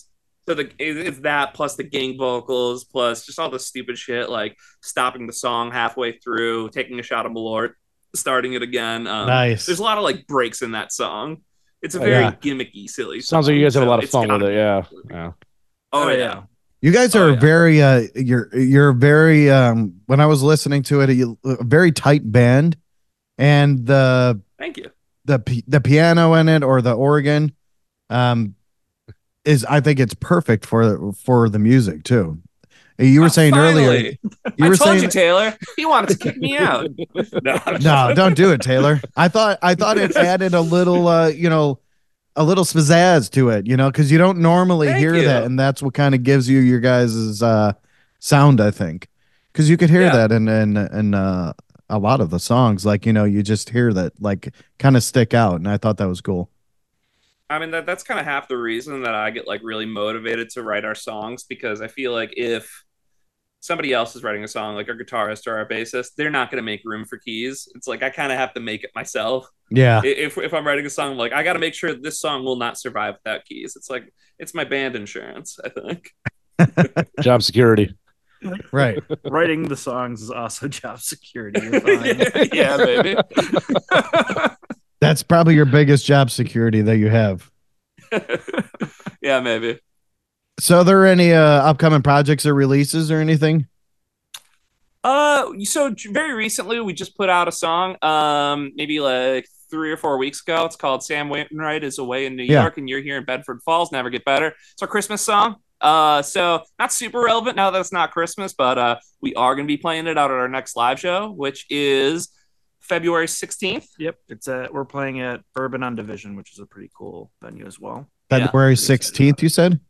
[SPEAKER 4] So the it- it's that plus the gang vocals plus just all the stupid shit like stopping the song halfway through, taking a shot of Malort, starting it again. Um,
[SPEAKER 5] nice.
[SPEAKER 4] There's a lot of like breaks in that song. It's a
[SPEAKER 6] Oh,
[SPEAKER 4] very
[SPEAKER 6] yeah.
[SPEAKER 4] gimmicky, silly.
[SPEAKER 6] Sounds
[SPEAKER 4] song,
[SPEAKER 6] like you guys have
[SPEAKER 4] so
[SPEAKER 6] a lot of
[SPEAKER 4] it's
[SPEAKER 6] fun with
[SPEAKER 4] gotta-
[SPEAKER 6] it. Yeah. yeah.
[SPEAKER 4] Oh, yeah.
[SPEAKER 5] You guys
[SPEAKER 4] Oh,
[SPEAKER 5] are
[SPEAKER 4] yeah.
[SPEAKER 5] very uh you're you're very um when I was listening to it you, a very tight band and the
[SPEAKER 4] Thank you.
[SPEAKER 5] the pi- the piano in it or the organ um is I think it's perfect for for the music too. You were
[SPEAKER 4] Oh,
[SPEAKER 5] saying earlier
[SPEAKER 4] finally.
[SPEAKER 5] you
[SPEAKER 4] I
[SPEAKER 5] were
[SPEAKER 4] told
[SPEAKER 5] saying
[SPEAKER 4] you, Taylor. He wanted to kick me out. No, I'm just-
[SPEAKER 5] No, don't do it, Taylor. I thought I thought it added a little uh, you know, a little spazazz to it, you know, because you don't normally
[SPEAKER 4] Thank
[SPEAKER 5] hear
[SPEAKER 4] you.
[SPEAKER 5] that, and that's what kind of gives you your guys' uh sound, I think. Cause you could hear
[SPEAKER 4] Yeah.
[SPEAKER 5] that in in in uh a lot of the songs. Like, you know, you just hear that like kind of stick out, and I thought that was cool.
[SPEAKER 4] I mean that that's kind of half the reason that I get like really motivated to write our songs because I feel like if somebody else is writing a song like our guitarist or our bassist, they're not going to make room for keys. It's like I kind of have to make it myself.
[SPEAKER 5] Yeah.
[SPEAKER 4] I- If if I'm writing a song, I'm like I got to make sure this song will not survive without keys. It's like it's my band insurance. I think.
[SPEAKER 6] Job security.
[SPEAKER 5] Right.
[SPEAKER 3] writing the songs is also job security. You're fine.
[SPEAKER 4] yeah, baby.
[SPEAKER 5] That's probably your biggest job security that you have.
[SPEAKER 4] yeah, maybe.
[SPEAKER 5] So, there any uh, upcoming projects or releases or anything?
[SPEAKER 4] Uh, so j- very recently we just put out a song, um, maybe like three or four weeks ago. It's called "Sam Wainwright is Away in New
[SPEAKER 5] Yeah.
[SPEAKER 4] York and You're Here in Bedford Falls." Never get better. It's our Christmas song. Uh, so not super relevant now that it's not Christmas, but uh, we are gonna be playing it out at our next live show, which is February sixteenth.
[SPEAKER 3] Yep, it's at we're playing at Bourbon on Division, which is a pretty cool venue as well.
[SPEAKER 4] Yeah.
[SPEAKER 5] February 16th, you said?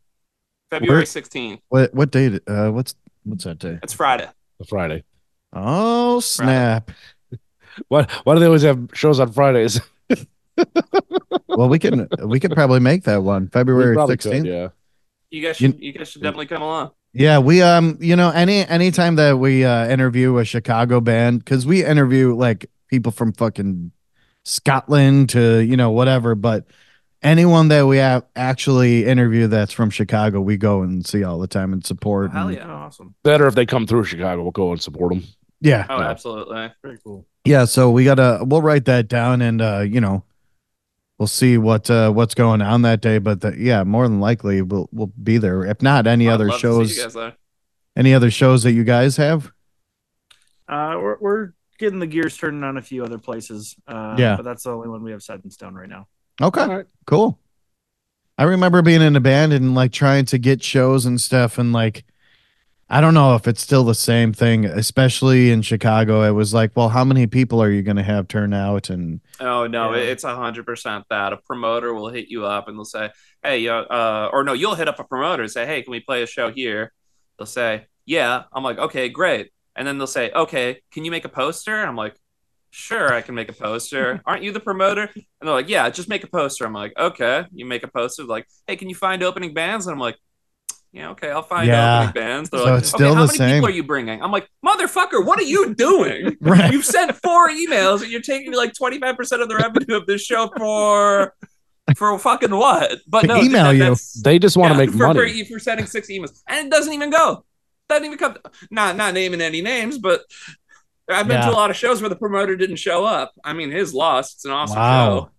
[SPEAKER 4] February
[SPEAKER 5] Where-
[SPEAKER 4] sixteenth.
[SPEAKER 5] What what date? Uh, what's what's that day?
[SPEAKER 4] That's Friday.
[SPEAKER 6] Friday.
[SPEAKER 5] Oh, snap.
[SPEAKER 6] Why, why do they always have shows on Fridays?
[SPEAKER 5] well, we can we could probably make that one. February
[SPEAKER 6] We probably
[SPEAKER 5] 16th.
[SPEAKER 6] could,
[SPEAKER 5] yeah.
[SPEAKER 6] yeah.
[SPEAKER 4] You guys
[SPEAKER 5] You-
[SPEAKER 4] should you, guys should definitely come along.
[SPEAKER 5] we um you know any anytime that we uh interview a Chicago band cuz we interview like people from fucking Scotland to, you know, whatever, but anyone that we have actually interview that's from Chicago, we go and see all the time and support.
[SPEAKER 3] Hell
[SPEAKER 5] and-
[SPEAKER 3] yeah, Oh, awesome.
[SPEAKER 6] Better if they come through Chicago. We'll go and support them.
[SPEAKER 5] Yeah.
[SPEAKER 4] Oh,
[SPEAKER 6] Yeah.
[SPEAKER 4] absolutely.
[SPEAKER 3] Very cool.
[SPEAKER 5] Yeah, so we gotta we'll write that down and uh, you know, we'll see what uh what's going on that day. But the, yeah, more than likely we'll we'll be there. If not any
[SPEAKER 4] I'd
[SPEAKER 5] other
[SPEAKER 4] love to see
[SPEAKER 5] shows
[SPEAKER 4] you guys there.
[SPEAKER 5] any other shows that you guys have?
[SPEAKER 3] Uh, we're we're getting the gears turning on a few other places. Uh,
[SPEAKER 5] Yeah.
[SPEAKER 3] but that's the only one we have set in stone right now.
[SPEAKER 5] Okay.
[SPEAKER 6] All right.
[SPEAKER 5] Cool. I remember being in a band and like trying to get shows and stuff and like I don't know if it's still the same thing, especially in Chicago. It was like, well, how many people are you going to have turn out? And
[SPEAKER 4] Oh no,
[SPEAKER 3] Yeah.
[SPEAKER 4] it it's a hundred percent that a promoter will hit you up and they'll say, "Hey, uh, uh," or no, you'll hit up a promoter and say, "Hey, can we play a show here?" They'll say, "Yeah." I'm like, "Okay, great." And then they'll say, "Okay, can you make a poster?" I'm like, "Sure, I can make a poster." Aren't you the promoter? And they're like, "Yeah, just make a poster." I'm like, "Okay." You make a poster. Like, "Hey, can you find opening bands?" And I'm like. Yeah, okay, I'll find
[SPEAKER 5] Yeah.
[SPEAKER 4] opening bands. They're
[SPEAKER 5] So
[SPEAKER 4] like,
[SPEAKER 5] it's
[SPEAKER 4] okay,
[SPEAKER 5] still
[SPEAKER 4] how
[SPEAKER 5] the
[SPEAKER 4] many
[SPEAKER 5] same.
[SPEAKER 4] people are you bringing? I'm like, motherfucker, what are you doing?
[SPEAKER 5] right.
[SPEAKER 4] You've sent four emails and you're taking like 25% of the revenue of this show for for fucking what? But
[SPEAKER 5] To
[SPEAKER 4] no,
[SPEAKER 5] email you.
[SPEAKER 4] that's-
[SPEAKER 6] They just want
[SPEAKER 4] yeah,
[SPEAKER 6] to make
[SPEAKER 4] for, e,
[SPEAKER 6] money.
[SPEAKER 4] For, for sending six emails. And it doesn't even go. Doesn't even come. Not not naming any names, but I've been
[SPEAKER 5] Yeah.
[SPEAKER 4] to a lot of shows where the promoter didn't show up. I mean, his loss. It's an awesome
[SPEAKER 5] Wow.
[SPEAKER 4] show.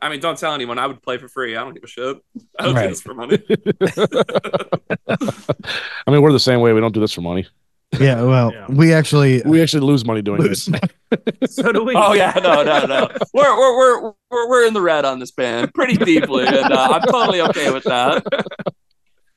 [SPEAKER 4] I mean, don't tell anyone. I would play for free. I don't give a shit. I don't
[SPEAKER 5] Right.
[SPEAKER 4] do this for money.
[SPEAKER 6] I mean, we're the same way. We don't do this for money.
[SPEAKER 5] Yeah. Well,
[SPEAKER 3] Yeah.
[SPEAKER 5] we actually
[SPEAKER 6] We actually lose money doing
[SPEAKER 5] lose
[SPEAKER 6] this.
[SPEAKER 3] So do we.
[SPEAKER 4] Oh yeah, no, no, no. We're we're we're we're, we're in the red on this band pretty deeply, and uh, I'm totally okay with that.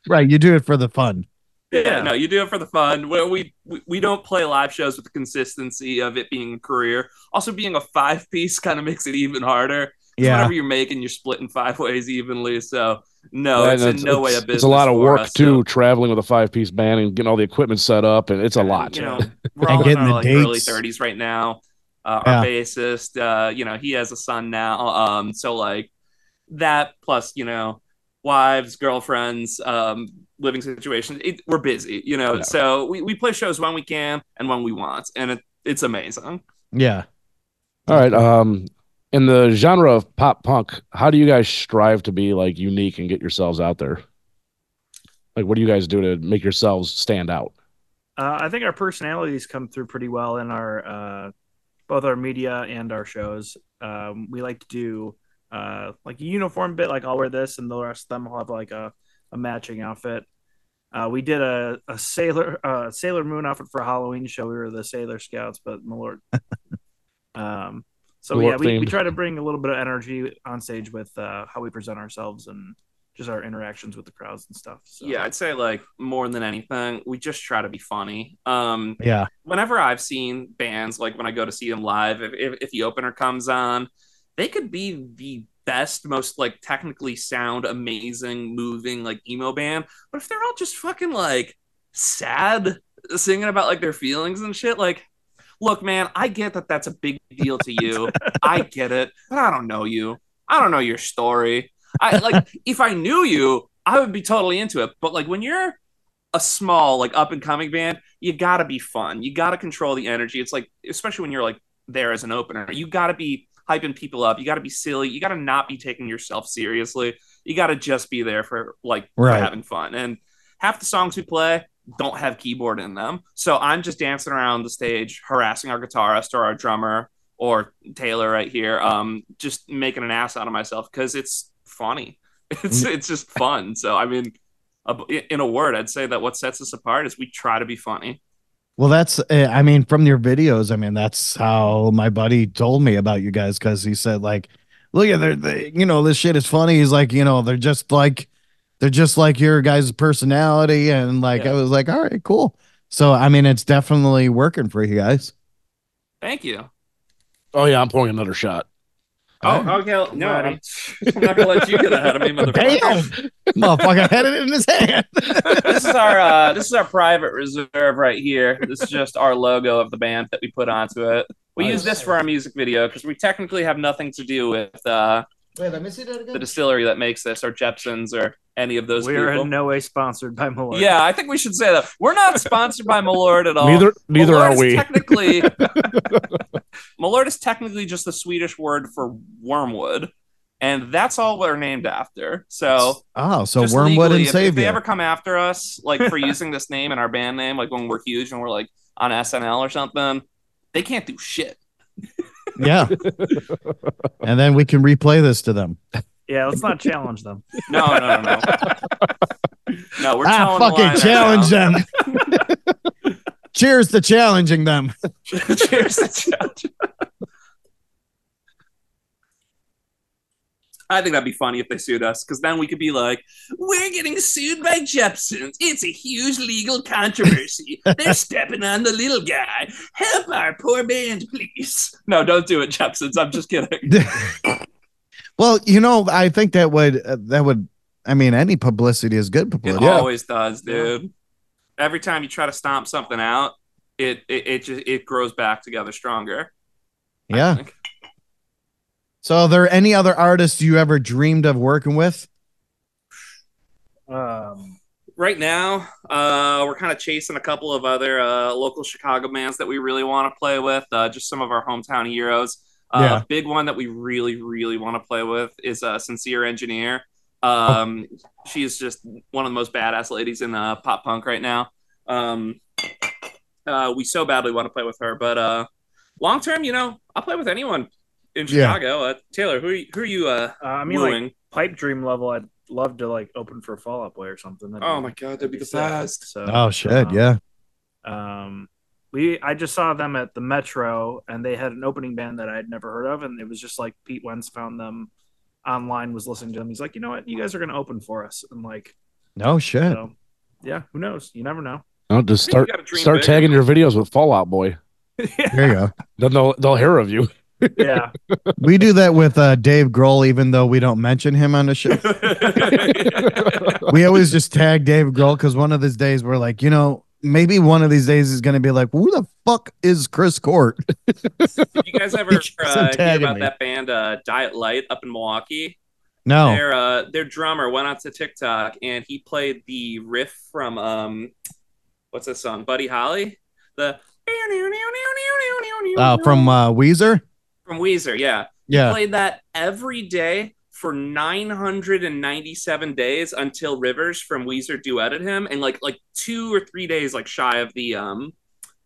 [SPEAKER 5] right. You do it for the fun.
[SPEAKER 4] Yeah,
[SPEAKER 3] Yeah.
[SPEAKER 4] no, you do it for the fun. Where we, we we don't play live shows with the consistency of it being a career. Also, being a five piece kind of makes it even harder. 'Cause
[SPEAKER 5] Yeah.
[SPEAKER 4] whatever you're making, you're splitting five ways evenly. So no,
[SPEAKER 6] And
[SPEAKER 4] it's in no way a
[SPEAKER 6] it's-
[SPEAKER 4] business.
[SPEAKER 6] It's a lot of
[SPEAKER 4] for
[SPEAKER 6] work
[SPEAKER 4] us,
[SPEAKER 6] too,
[SPEAKER 4] so,
[SPEAKER 6] traveling with a five piece band and getting all the equipment set up, and it's a lot.
[SPEAKER 4] You know,
[SPEAKER 6] Yeah.
[SPEAKER 4] we're
[SPEAKER 5] And
[SPEAKER 4] all in
[SPEAKER 5] getting
[SPEAKER 4] our
[SPEAKER 5] the
[SPEAKER 4] like, early
[SPEAKER 5] dates.
[SPEAKER 4] 30s right now. Uh,
[SPEAKER 5] Yeah.
[SPEAKER 4] Our bassist, uh, you know, he has a son now. Um, so like that plus, you know, wives, girlfriends, um, living situations. It, we're busy, you know.
[SPEAKER 6] Yeah.
[SPEAKER 4] So we, we play shows when we can and when we want, and it, it's amazing.
[SPEAKER 5] Yeah.
[SPEAKER 6] All right. Um, in the genre of pop punk, how do you guys strive to be like unique and get yourselves out there? Like, what do you guys do to make yourselves stand out?
[SPEAKER 3] Uh, I think our personalities come through pretty well in our uh, both our media and our shows. Um, we like to do uh, like a uniform bit, like I'll wear this, and the rest of them will have like a, a matching outfit. Uh, we did a, a sailor uh, Sailor Moon outfit for Halloween show. We were the Sailor Scouts, but Malort. um, so yeah, we, we
[SPEAKER 6] Malort-themed.
[SPEAKER 3] try to bring a little bit of energy on stage with uh, how we present ourselves and just our interactions with the crowds and stuff. So.
[SPEAKER 4] Yeah, I'd say like more than anything, we just try to be funny. Um,
[SPEAKER 5] Yeah.
[SPEAKER 4] whenever I've seen bands, like when I go to see them live, if, if, if the opener comes on, they could be the best, most like technically sound, amazing, moving, like emo band. But if they're all just fucking like sad, singing about like their feelings and shit, like, look, man, I get that that's a big deal to you. I get it, but I don't know you. I don't know your story. I like if I knew you, I would be totally into it. But like when you're a small like up and coming band, you gotta be fun. You gotta control the energy. It's like especially when you're like there as an opener, you gotta be hyping people up. You gotta be silly. You gotta not be taking yourself seriously. You gotta just be there for like for
[SPEAKER 5] Right.
[SPEAKER 4] having fun. And half the songs we play don't have keyboard in them, so I'm just dancing around the stage, harassing our guitarist or our drummer or Taylor right here, um, just making an ass out of myself because it's funny. It's it's just fun. So I mean, a, in a word, I'd say that what sets us apart is we try to be funny.
[SPEAKER 5] Well, that's, uh, I mean, from your videos, I mean, that's how my buddy told me about you guys because he said, like, look at their, they, you know, this shit is funny. He's like, you know, they're just like, they're just like your guys' personality. And like,
[SPEAKER 4] Yeah.
[SPEAKER 5] I was like, all right, cool. So, I mean, it's definitely working for you guys.
[SPEAKER 4] Thank you.
[SPEAKER 6] Oh yeah, I'm pouring another shot.
[SPEAKER 4] Oh, okay. No, I'm, I'm not gonna let you get ahead of me,
[SPEAKER 5] Damn,
[SPEAKER 4] motherfucker.
[SPEAKER 5] motherfucker had it in his hand.
[SPEAKER 4] this is our uh, this is our private reserve right here. This is just our logo of the band that we put onto it. We use this for our music video because we technically have nothing to do with uh,
[SPEAKER 5] Wait, let me see that
[SPEAKER 4] the distillery that makes this, or Jepson's, or any of those
[SPEAKER 3] we are
[SPEAKER 4] people.
[SPEAKER 3] in no way sponsored by Malort.
[SPEAKER 4] yeah, I think we should say that we're not sponsored by Malord at all.
[SPEAKER 6] Neither neither
[SPEAKER 4] Malort
[SPEAKER 6] are
[SPEAKER 4] is
[SPEAKER 6] we.
[SPEAKER 4] Technically, Malort is technically just the Swedish word for wormwood, and that's all we're named after. So,
[SPEAKER 5] Oh, so
[SPEAKER 4] just
[SPEAKER 5] Wormwood
[SPEAKER 4] legally,
[SPEAKER 5] and
[SPEAKER 4] if, if
[SPEAKER 5] Savior.
[SPEAKER 4] they ever come after us, like for using this name and our band name, like when we're huge and we're like on SNL or something, they can't do shit.
[SPEAKER 5] yeah. and then we can replay this to them.
[SPEAKER 3] yeah. Let's not challenge them.
[SPEAKER 4] No, no, no, no. No, we're
[SPEAKER 5] I
[SPEAKER 4] telling
[SPEAKER 5] Ah, fucking challenge them. Cheers to challenging them.
[SPEAKER 4] Cheers to challenge. I think that'd be funny if they sued us, because then we could be like, "We're getting sued by Jepsons. It's a huge legal controversy. They're stepping on the little guy. Help our poor band, please." No, don't do it, Jepsons. I'm just kidding.
[SPEAKER 5] well, you know, I think that would uh, that would I mean any publicity is good
[SPEAKER 4] It
[SPEAKER 5] publicity.
[SPEAKER 4] always does, dude. Every time you try to stomp something out, it it it, just, it grows back together stronger. I
[SPEAKER 5] Yeah.
[SPEAKER 4] think.
[SPEAKER 5] So are there any other artists you ever dreamed of working with?
[SPEAKER 3] Um,
[SPEAKER 4] right now uh, we're kind of chasing a couple of other uh, local chicago bands that we really want to play with uh, just some of our hometown heroes uh,
[SPEAKER 5] Yeah.
[SPEAKER 4] a big one that we really really want to play with is uh, sincere engineer um, she is just one of the most badass ladies in uh, pop punk right now um, uh, we so badly want to play with her but uh, long term you know i'll play with anyone in
[SPEAKER 5] Yeah.
[SPEAKER 4] chicago uh, taylor who are you, who are you uh,
[SPEAKER 3] uh, I mean,
[SPEAKER 4] wooing
[SPEAKER 3] like pipe dream level. I'd love to like open for Fall Out Boy or something. That'd
[SPEAKER 4] oh
[SPEAKER 3] be-
[SPEAKER 4] my god that'd be the
[SPEAKER 3] sick.
[SPEAKER 4] best
[SPEAKER 3] So,
[SPEAKER 5] Oh shit,
[SPEAKER 3] um,
[SPEAKER 5] yeah.
[SPEAKER 3] Um, we I just saw them at the Metro, and they had an opening band that I had never heard of, and it was just like Pete Wentz found them online, was listening to them. He's like, you know what, you guys are going to open for us, and like,
[SPEAKER 5] No shit.
[SPEAKER 3] so yeah, who knows? You never know.
[SPEAKER 6] No, just
[SPEAKER 4] I think you
[SPEAKER 6] start
[SPEAKER 4] gotta dream
[SPEAKER 6] start
[SPEAKER 4] big.
[SPEAKER 6] tagging your videos with Fallout Boy.
[SPEAKER 5] There you go.
[SPEAKER 6] Then they'll they'll hear of you.
[SPEAKER 3] yeah,
[SPEAKER 5] We do that with uh, Dave Grohl, even though we don't mention him on the show. we always just tag Dave Grohl because one of these days we're like, you know, maybe one of these days is going to be like, who the fuck is Chris Court?
[SPEAKER 4] Did you guys ever
[SPEAKER 5] keeps on
[SPEAKER 4] uh, hear
[SPEAKER 5] tagging
[SPEAKER 4] about
[SPEAKER 5] me.
[SPEAKER 4] that band uh, Diet Light up in Milwaukee?
[SPEAKER 5] No.
[SPEAKER 4] Their uh, their drummer went onto TikTok and he played the riff from um, what's that song? Buddy Holly, the
[SPEAKER 5] Uh, from uh, Weezer?
[SPEAKER 4] from Weezer. Yeah,
[SPEAKER 5] Yeah.
[SPEAKER 4] played that every day for 997 days until Rivers from Weezer duetted him, and like like two or three days like shy of the um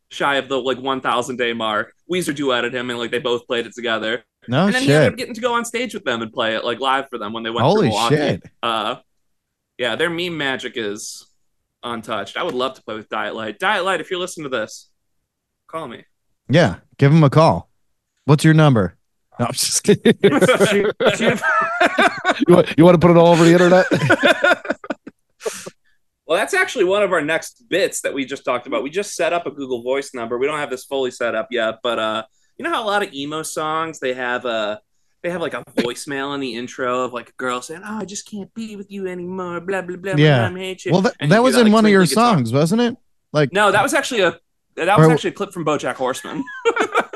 [SPEAKER 4] shy of the like 1,000 day mark. Weezer duetted him, and like they both played it together
[SPEAKER 5] No
[SPEAKER 4] and then he ended
[SPEAKER 5] Oh, shit.
[SPEAKER 4] up getting to go on stage with them and play it like live for them when they went to
[SPEAKER 5] Holy
[SPEAKER 4] Milwaukee.
[SPEAKER 5] shit.
[SPEAKER 4] Uh, yeah, their meme magic is untouched. I would love to play with Diet Light. Diet Light, if you're listening to this, call me.
[SPEAKER 5] Yeah. Give him a call. What's your number? No, I'm just kidding.
[SPEAKER 3] It's shoot, shoot,
[SPEAKER 6] You want, you want to put it all over the internet?
[SPEAKER 4] Well, that's actually one of our next bits that we just talked about. We just set up a Google Voice number. We don't have this fully set up yet, but uh, you know how a lot of emo songs they have uh they have like a voicemail in the intro of like a girl saying, "Oh, I just can't be with you anymore." Blah blah blah.
[SPEAKER 5] Yeah.
[SPEAKER 4] Blah, blah, hate you."
[SPEAKER 5] Well, that,
[SPEAKER 4] And you
[SPEAKER 5] that
[SPEAKER 4] do
[SPEAKER 5] was
[SPEAKER 4] that,
[SPEAKER 5] in
[SPEAKER 4] like,
[SPEAKER 5] one of
[SPEAKER 4] twangly
[SPEAKER 5] your
[SPEAKER 4] guitar.
[SPEAKER 5] songs, wasn't it? Like,
[SPEAKER 4] No, that was actually a that was
[SPEAKER 5] Or-
[SPEAKER 4] actually a clip from BoJack Horseman.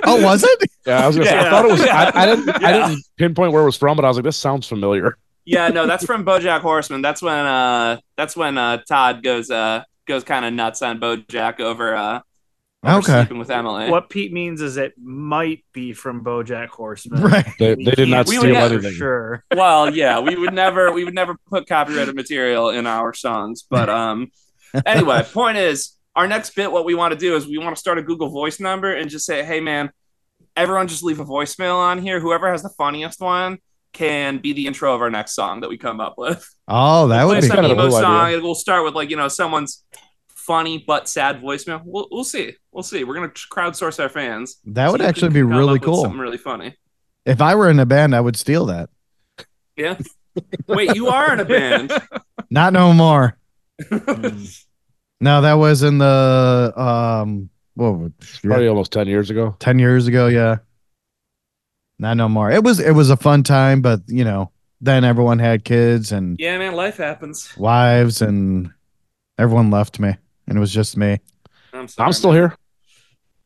[SPEAKER 5] oh, was it?
[SPEAKER 6] yeah, I was gonna say.
[SPEAKER 4] Yeah.
[SPEAKER 6] I thought it was. I, I didn't. I
[SPEAKER 4] Yeah.
[SPEAKER 6] didn't pinpoint where it was from, but I was like, this sounds familiar.
[SPEAKER 4] yeah, no, that's from BoJack Horseman. That's when uh that's when uh Todd goes uh goes kind of nuts on BoJack over uh over
[SPEAKER 5] Okay.
[SPEAKER 4] sleeping with Emily.
[SPEAKER 3] what Pete means is it might be from BoJack Horseman.
[SPEAKER 5] Right.
[SPEAKER 6] They,
[SPEAKER 3] We
[SPEAKER 6] they did
[SPEAKER 3] can't-
[SPEAKER 6] not
[SPEAKER 3] we
[SPEAKER 6] steal
[SPEAKER 3] would get for
[SPEAKER 6] anything.
[SPEAKER 3] Sure.
[SPEAKER 4] Well, yeah, we would never we would never put copyrighted material in our songs, but um anyway, point is our next bit what we want to do is we want to start a Google Voice number and just say, "Hey man, everyone just leave a voicemail on here. Whoever has the funniest one can be the intro of our next song that we come up with.
[SPEAKER 5] Oh, that would
[SPEAKER 4] Play
[SPEAKER 5] be
[SPEAKER 4] some
[SPEAKER 6] kind of a
[SPEAKER 4] emo
[SPEAKER 6] cool idea.
[SPEAKER 4] song. and We'll start with like you know someone's funny but sad voicemail. We'll we'll see. We'll see. We're gonna crowdsource our fans.
[SPEAKER 5] that
[SPEAKER 4] See if
[SPEAKER 5] would
[SPEAKER 4] we
[SPEAKER 5] actually
[SPEAKER 4] can
[SPEAKER 5] be
[SPEAKER 4] come up
[SPEAKER 5] really
[SPEAKER 4] with
[SPEAKER 5] cool.
[SPEAKER 4] Something really funny.
[SPEAKER 5] If I were in a band, I would steal that.
[SPEAKER 4] Wait, you are in a band.
[SPEAKER 5] Not no more.
[SPEAKER 3] Mm.
[SPEAKER 5] No, that was in the um what
[SPEAKER 6] Probably almost ten years ago.
[SPEAKER 5] 10 years ago yeah not no more it was it was a fun time but you know then everyone had kids and
[SPEAKER 4] yeah, man. Life happens.
[SPEAKER 5] wives and everyone left me and it was just me
[SPEAKER 4] I'm sorry.
[SPEAKER 6] I'm still here.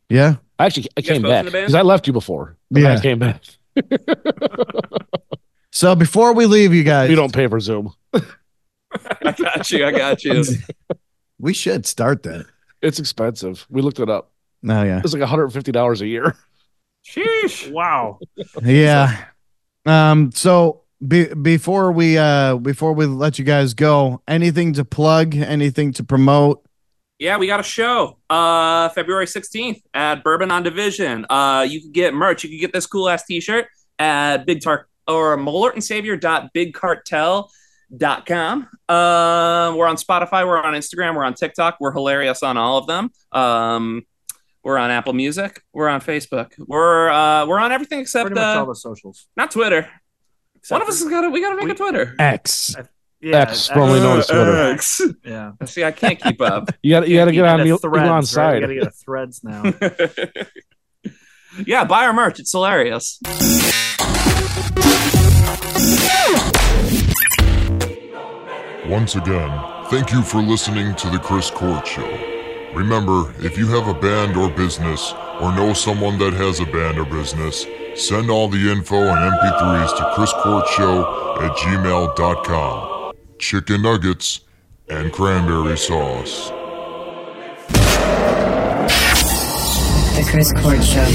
[SPEAKER 5] yeah
[SPEAKER 6] Actually, I
[SPEAKER 4] guys
[SPEAKER 6] came
[SPEAKER 4] both
[SPEAKER 6] back
[SPEAKER 4] in the band?
[SPEAKER 6] because I left you before. but
[SPEAKER 5] Yeah.
[SPEAKER 6] I came back.
[SPEAKER 5] so before we leave you guys
[SPEAKER 6] You don't pay for Zoom.
[SPEAKER 4] I got you. I got you.
[SPEAKER 5] we should start that
[SPEAKER 6] It's expensive. We looked it up.
[SPEAKER 5] no yeah
[SPEAKER 6] It's like 150 dollars a year.
[SPEAKER 3] Sheesh. Wow.
[SPEAKER 5] yeah um so be, before we uh before we let you guys go anything to plug anything to promote
[SPEAKER 4] Yeah, we got a show uh, February 16th at Bourbon on Division. Uh, you can get merch. You can get this cool ass t shirt at Big Tar or molertandsavior.bigcartel.com. Um, we're on Spotify. We're on Instagram. We're on TikTok. We're hilarious on all of them. Um, we're on Apple Music. We're on Facebook. We're uh, we're on everything except
[SPEAKER 3] Pretty much all
[SPEAKER 4] uh,
[SPEAKER 3] the socials.
[SPEAKER 4] not Twitter.
[SPEAKER 3] Except
[SPEAKER 4] One of
[SPEAKER 3] for-
[SPEAKER 4] us has got to we got to make
[SPEAKER 3] We-
[SPEAKER 4] a Twitter. Uh,
[SPEAKER 5] x
[SPEAKER 3] Yeah. uh,
[SPEAKER 6] X, formerly known as Twitter.
[SPEAKER 4] X.
[SPEAKER 3] Yeah.
[SPEAKER 4] See, I can't keep up.
[SPEAKER 6] You got you got to get on
[SPEAKER 3] gotta
[SPEAKER 6] Elon's
[SPEAKER 3] threads, right? You
[SPEAKER 6] side.
[SPEAKER 3] gotta get a threads now.
[SPEAKER 4] yeah, buy our merch. It's hilarious.
[SPEAKER 8] Once again, thank you for listening to The Chris Court Show. Remember, if you have a band or business, or know someone that has a band or business, send all the info and MP3s to chriscourtshow at gmail.com. Chicken nuggets and cranberry sauce.
[SPEAKER 9] The Chris Court Show.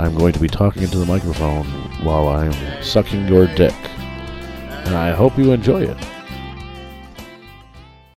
[SPEAKER 6] I'm going to be talking into the microphone while I'm sucking your dick. And I hope you enjoy it.